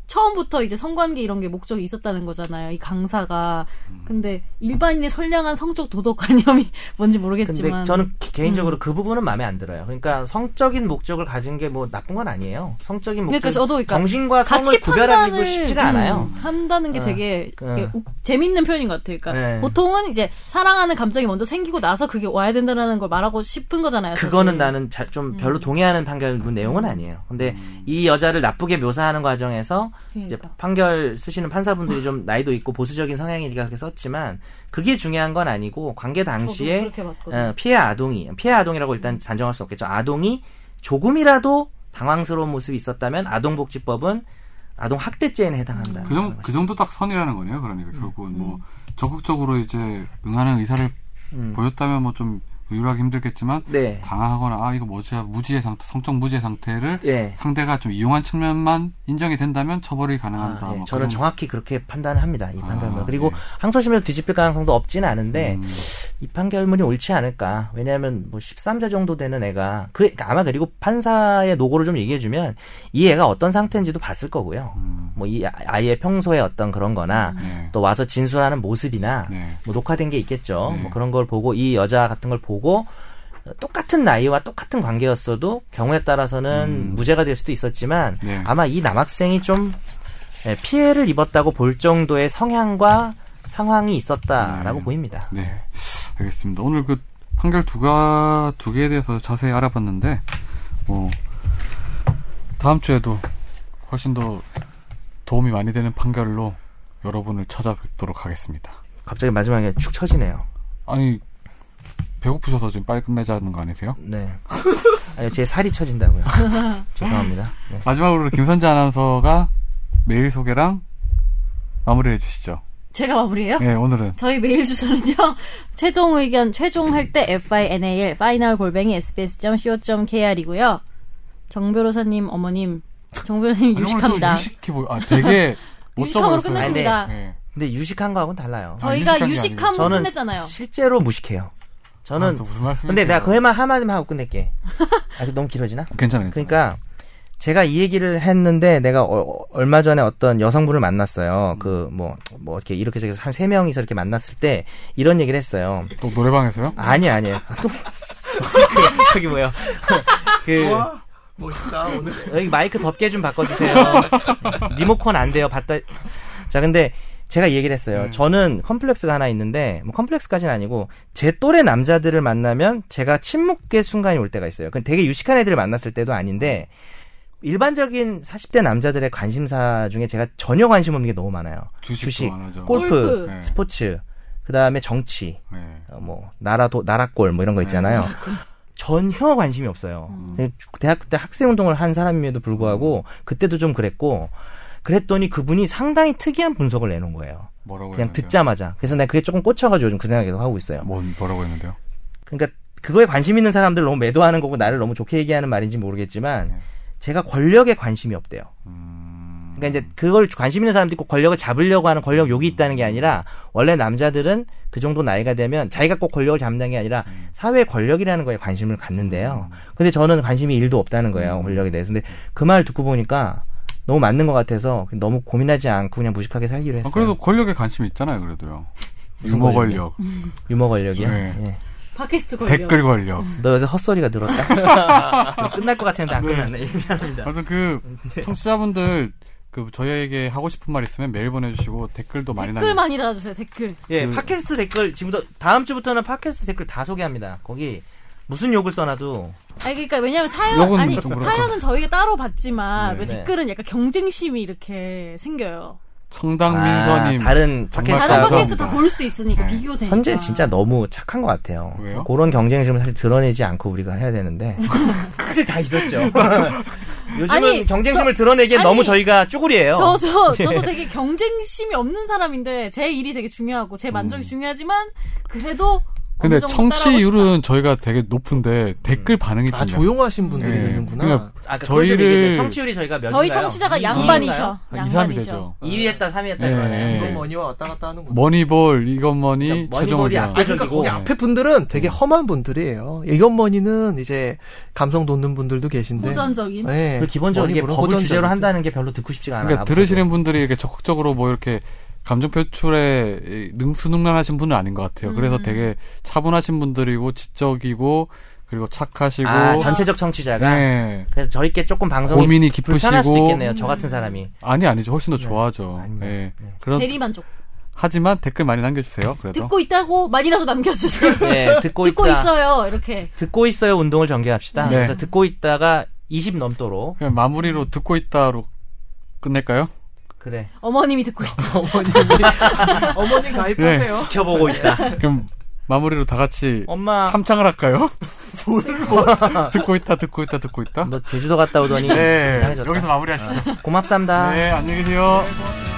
S2: 처음부터 이제 성관계 이런 게 목적이 있었다는 거잖아요. 이 강사가 근데 일반인의 선량한 성적 도덕 관념이
S4: 근데
S2: 뭔지 모르겠지만
S4: 저는 기- 개인적으로 그 부분은 마음에 안 들어요. 그러니까 성적인 목적을 가진 게 뭐 나쁜 건 아니에요. 성적인 목적
S2: 그러니까 저도 그러니까
S4: 정신과 성을
S2: 같이
S4: 구별하기고
S2: 판단을
S4: 쉽지가 않아요.
S2: 음, 한다는 게
S4: 어,
S2: 되게
S4: 어.
S2: 예, 우- 재밌는 표현인 것 같아요. 그러니까
S4: 네.
S2: 보통은 이제 사랑하는 감정이 먼저 생기고 나서 그게 와야 된다는 걸 말하고 싶은 거잖아요. 사실. 음.
S4: 그거는 나는 잘, 좀 별로 동의하는 판결문 그 내용은 아니에요. 근데 이 여자를 나쁘게 묘사하는 과정에서 이제
S2: 그러니까.
S4: 판결 쓰시는 판사분들이 좀 나이도 있고 보수적인 성향이니까 그렇게 썼지만 그게 중요한 건 아니고 관계
S2: 저도
S4: 당시에
S2: 그렇게 봤거든요.
S4: 어, 피해 아동이 피해 아동이라고 일단 단정할 수 없겠죠. 아동이 조금이라도 당황스러운 모습이 있었다면 아동복지법은 아동 학대죄에 해당한다.
S1: 그 정도 그 정도 딱 선이라는 거네요. 그러니까 결국은 뭐 적극적으로 이제 응하는 의사를
S4: 음.
S1: 보였다면 뭐 좀 유일하기 힘들겠지만
S4: 네.
S1: 당황하거나 아 이거 뭐지 무지의 상태 성적 무지의 상태를
S4: 예.
S1: 상대가 좀 이용한 측면만 인정이 된다면 처벌이 가능하다.
S4: 아, 예.
S1: 뭐 그런-
S4: 저는 정확히 그렇게 판단을 합니다. 이
S1: 아,
S4: 판결문. 그리고
S1: 예.
S4: 항소심에서 뒤집힐 가능성도 없진 않은데
S1: 음,
S4: 이 판결문이 옳지 않을까. 왜냐하면 뭐 13세 정도 되는 애가 그 아마 그리고 판사의 노고를 좀 얘기해주면 이 애가 어떤 상태인지도 봤을 거고요.
S1: 음,
S4: 뭐 이 아이의 평소에 어떤 그런거나
S1: 네.
S4: 또 와서 진술하는 모습이나
S1: 네.
S4: 뭐 녹화된 게 있겠죠.
S1: 네.
S4: 뭐 그런 걸 보고 이 여자 같은 걸 보고 똑같은 나이와 똑같은 관계였어도 경우에 따라서는
S1: 음.
S4: 무죄가 될 수도 있었지만
S1: 네.
S4: 아마 이 남학생이 좀 예, 피해를 입었다고 볼 정도의 성향과 상황이 있었다라고
S1: 네.
S4: 보입니다.
S1: 네. 알겠습니다. 오늘 그 판결 두가 두 개에 대해서 자세히 알아봤는데 뭐 다음 주에도 훨씬 더 도움이 많이 되는 판결로 여러분을 찾아뵙도록 하겠습니다.
S4: 갑자기 마지막에 축 처지네요.
S1: 아니 배고프셔서 지금 빨리 끝내자는 거 아니세요?
S4: 네. 아니, 제 살이 처진다고요. 죄송합니다. 네.
S1: 마지막으로 김선재 아나운서가 메일 소개랑 마무리해 주시죠.
S2: 제가 마무리해요?
S1: 네, 오늘은
S2: 저희 메일 주소는요. 최종 의견 최종 할 때 final final 골뱅이 sbs.co.kr이고요. 정 변호사님 어머님 정
S1: 아니,
S2: 변호사님
S1: 오늘 좀
S2: 유식합니다.
S1: 유식해 보여. 아, 되게 못
S2: 유식함으로
S1: 써버렸어요.
S2: 끝냈습니다.
S10: 네.
S4: 근데 아, 유식한 거하고는 달라요.
S2: 저희가
S10: 유식한 게
S2: 유식함으로
S4: 아니고. 저는-
S2: 끝냈잖아요.
S4: 실제로 무식해요.
S10: 아,
S4: 저는
S10: 또 무슨 말씀이세요?
S4: 근데 내가 그만 한마디만 하고 끝낼게. 아, 이거 너무 길어지나?
S1: 괜찮아요.
S4: 그러니까 제가 이 얘기를 했는데 내가 어- 얼마 전에 어떤 여성분을 만났어요. 그 뭐 뭐 이렇게 이렇게 저렇게 한 세 명이서 이렇게 만났을 때 이런 얘기를 했어요.
S1: 또 노래방에서요?
S4: 음. 아니 아니에요. 또 그, 저기 뭐야? 그
S3: 멋있다 오늘.
S4: 여기 마이크 덮개 좀 바꿔주세요. 리모컨 안 돼요. 받다. 자, 근데 제가 이 얘기를 했어요. 저는 컴플렉스가 하나 있는데, 뭐 컴플렉스까지는 아니고, 제 또래 남자들을 만나면 제가 침묵의 순간이 올 때가 있어요. 그 되게 유식한 애들을 만났을 때도 아닌데, 일반적인 40대 남자들의 관심사 중에 제가 전혀 관심 없는 게 너무 많아요.
S10: 주식도 많아죠.
S4: 골프,
S2: 골프.
S10: 네.
S4: 스포츠, 그 다음에 정치,
S1: 예,
S10: 네.
S4: 어, 뭐 나라도 나라꼴 뭐 이런 거 있잖아요. 전혀 관심이 없어요.
S10: 음.
S4: 근데 주- 대학 때 학생 운동을 한 사람임에도 불구하고 그때도 좀 그랬고 그랬더니 그분이 상당히 특이한 분석을 내놓은 거예요.
S10: 뭐라고
S4: 그냥
S10: 했는데요?
S4: 듣자마자. 그래서 내가 그게 조금 꽂혀가지고 요즘 그 생각 계속 하고 있어요.
S10: 뭔 뭐라고 했는데요?
S1: 아,
S4: 그러니까 그거에 관심 있는 사람들 너무 매도하는 거고 나를 너무 좋게 얘기하는 말인지 모르겠지만
S10: 네.
S4: 제가 권력에 관심이 없대요.
S1: 음.
S4: 그러니까 이제 그걸 관심 있는 사람들이 꼭 권력을 잡으려고 하는 권력 욕이 있다는 게 아니라 원래 남자들은 그 정도 나이가 되면 자기가 꼭 권력을 잡는 게 아니라
S1: 음.
S4: 사회 권력이라는 거에 관심을 갖는데요. 근데 저는 관심이 일도 없다는 거예요.
S1: 음.
S4: 권력에 대해서. 근데 그 말 듣고 보니까 너무 맞는 것 같아서 너무 고민하지 않고 그냥 무식하게
S1: 아,
S4: 살기로 했어요.
S1: 그래도 권력에 관심이 있잖아요. 그래도요.
S4: 무슨
S1: 유머 권력,
S4: 권력? 유머 권력이요.
S10: 네.
S4: 예.
S2: 팟캐스트 걸려.
S1: 댓글 권력.
S4: 너 요새 헛소리가 늘었다. 끝날 것 같았는데 안 끝났네. 미안합니다.
S1: 아무튼 그 청취자분들 그 저희에게 하고 싶은 말 있으면 메일 보내주시고 댓글도 많이
S2: 댓글
S1: 남겨.
S2: 많이 달아주세요. 댓글.
S4: 예,
S1: 그-
S4: 팟캐스트 댓글 지금부터 다음 주부터는 팟캐스트 댓글 다 소개합니다. 거기 무슨 욕을 써놔도
S2: 아니 그러니까 왜냐면 사연
S1: 요건
S2: 아니
S1: 좀 그렇고.
S2: 사연은 저희가 따로 봤지만
S1: 네.
S2: 왜
S4: 네.
S2: 댓글은 약간 경쟁심이 이렇게 생겨요.
S1: 청당민서님
S4: 아, 다른
S1: 정말
S2: 다른
S1: 감사합니다.
S2: 팟캐스트
S4: 팟캐스트
S2: 다 볼 수 있으니까
S1: 네.
S2: 비교되니까.
S4: 선재 진짜 너무 착한 것 같아요.
S1: 왜요?
S4: 그런 경쟁심을 사실 드러내지 않고 우리가 해야 되는데 사실 다 있었죠. 요즘은
S2: 아니,
S4: 경쟁심을 드러내기엔
S2: 아니,
S4: 너무 저희가 쭈구리예요.
S2: 저, 저,
S4: 네.
S2: 저도 되게 경쟁심이 없는 사람인데, 제 일이 되게 중요하고, 제 만족이 중요하지만, 그래도.
S1: 음. 근데
S2: 어느 정도 따라하고 싶다.
S1: 청취율은 저희가 되게 높은데
S4: 음.
S1: 댓글 반응이
S3: 아
S1: 중요해요.
S3: 조용하신 분들이
S1: 네.
S3: 있는구나.
S1: 그러니까
S4: 아까
S1: 저희를-
S4: 청취율이 저희가 몇
S2: 저희 청취자가 양반이셔.
S1: 한 2, 음. 3이
S2: 양반이셔.
S1: 되죠.
S4: 2위 했다 3위 했다
S1: 예,
S4: 이거네.
S1: 예.
S3: 이건 머니와 왔다 갔다 하는구나.
S1: 머니볼, 이건 머니,
S4: 그러니까
S1: 최종
S4: 머니볼이
S1: 의견.
S4: 아-
S3: 뭐, 아, 그러니까
S4: 저기고.
S3: 거기 앞에 분들은
S4: 음.
S3: 되게 험한 분들이에요. 이건 머니는 이제 감성 돋는 분들도 계신데.
S2: 호전적인.
S1: 아,
S3: 네.
S4: 그리고 예. 기본적으로 이게
S3: 머니보다
S4: 법을
S3: 호전적이죠.
S4: 주제로 한다는 게 별로 듣고 싶지가 않아요.
S1: 그러니까
S4: 앞으로도.
S1: 들으시는 분들이 이렇게 적극적으로 뭐 이렇게 감정 표출에 이 능수능란하신 분은 아닌 것 같아요. 그래서
S4: 음.
S1: 되게 차분하신 분들이고 지적이고 그리고 착하시고
S4: 아, 전체적 청취자가
S1: 네.
S4: 그래서 저희께 조금 방송이
S1: 고민이
S4: 불편할 수도
S1: 깊으시고.
S4: 있겠네요. 저 같은 사람이.
S1: 아니 아니죠. 훨씬 더 좋아하죠.
S4: 아닙니다.
S1: 예.
S4: 네.
S1: 그런
S2: 대리만족.
S1: 하지만 댓글 많이 남겨주세요. 그래도
S2: 듣고 있다고 많이라도 남겨주세요.
S4: 네, 듣고,
S2: 듣고
S4: 있다.
S2: 있어요. 이렇게.
S4: 듣고 있어요 운동을 전개합시다.
S1: 네.
S4: 그래서 듣고 있다가 20 넘도록
S1: 그냥 마무리로 듣고 있다로 끝낼까요?
S4: 그래
S2: 어머님이 듣고 있다.
S3: 어머님 가입하세요.
S4: 지켜보고 있다.
S1: 그럼 마무리로 다 같이
S4: 엄마
S1: 삼창을 할까요? 듣고 있다, 듣고 있다, 듣고 있다.
S4: 너 제주도 갔다 오더니
S1: 네,
S4: 이상해졌다.
S1: 여기서 마무리하시죠.
S4: 고맙습니다.
S1: 네, 안녕히 계세요.
S4: 네.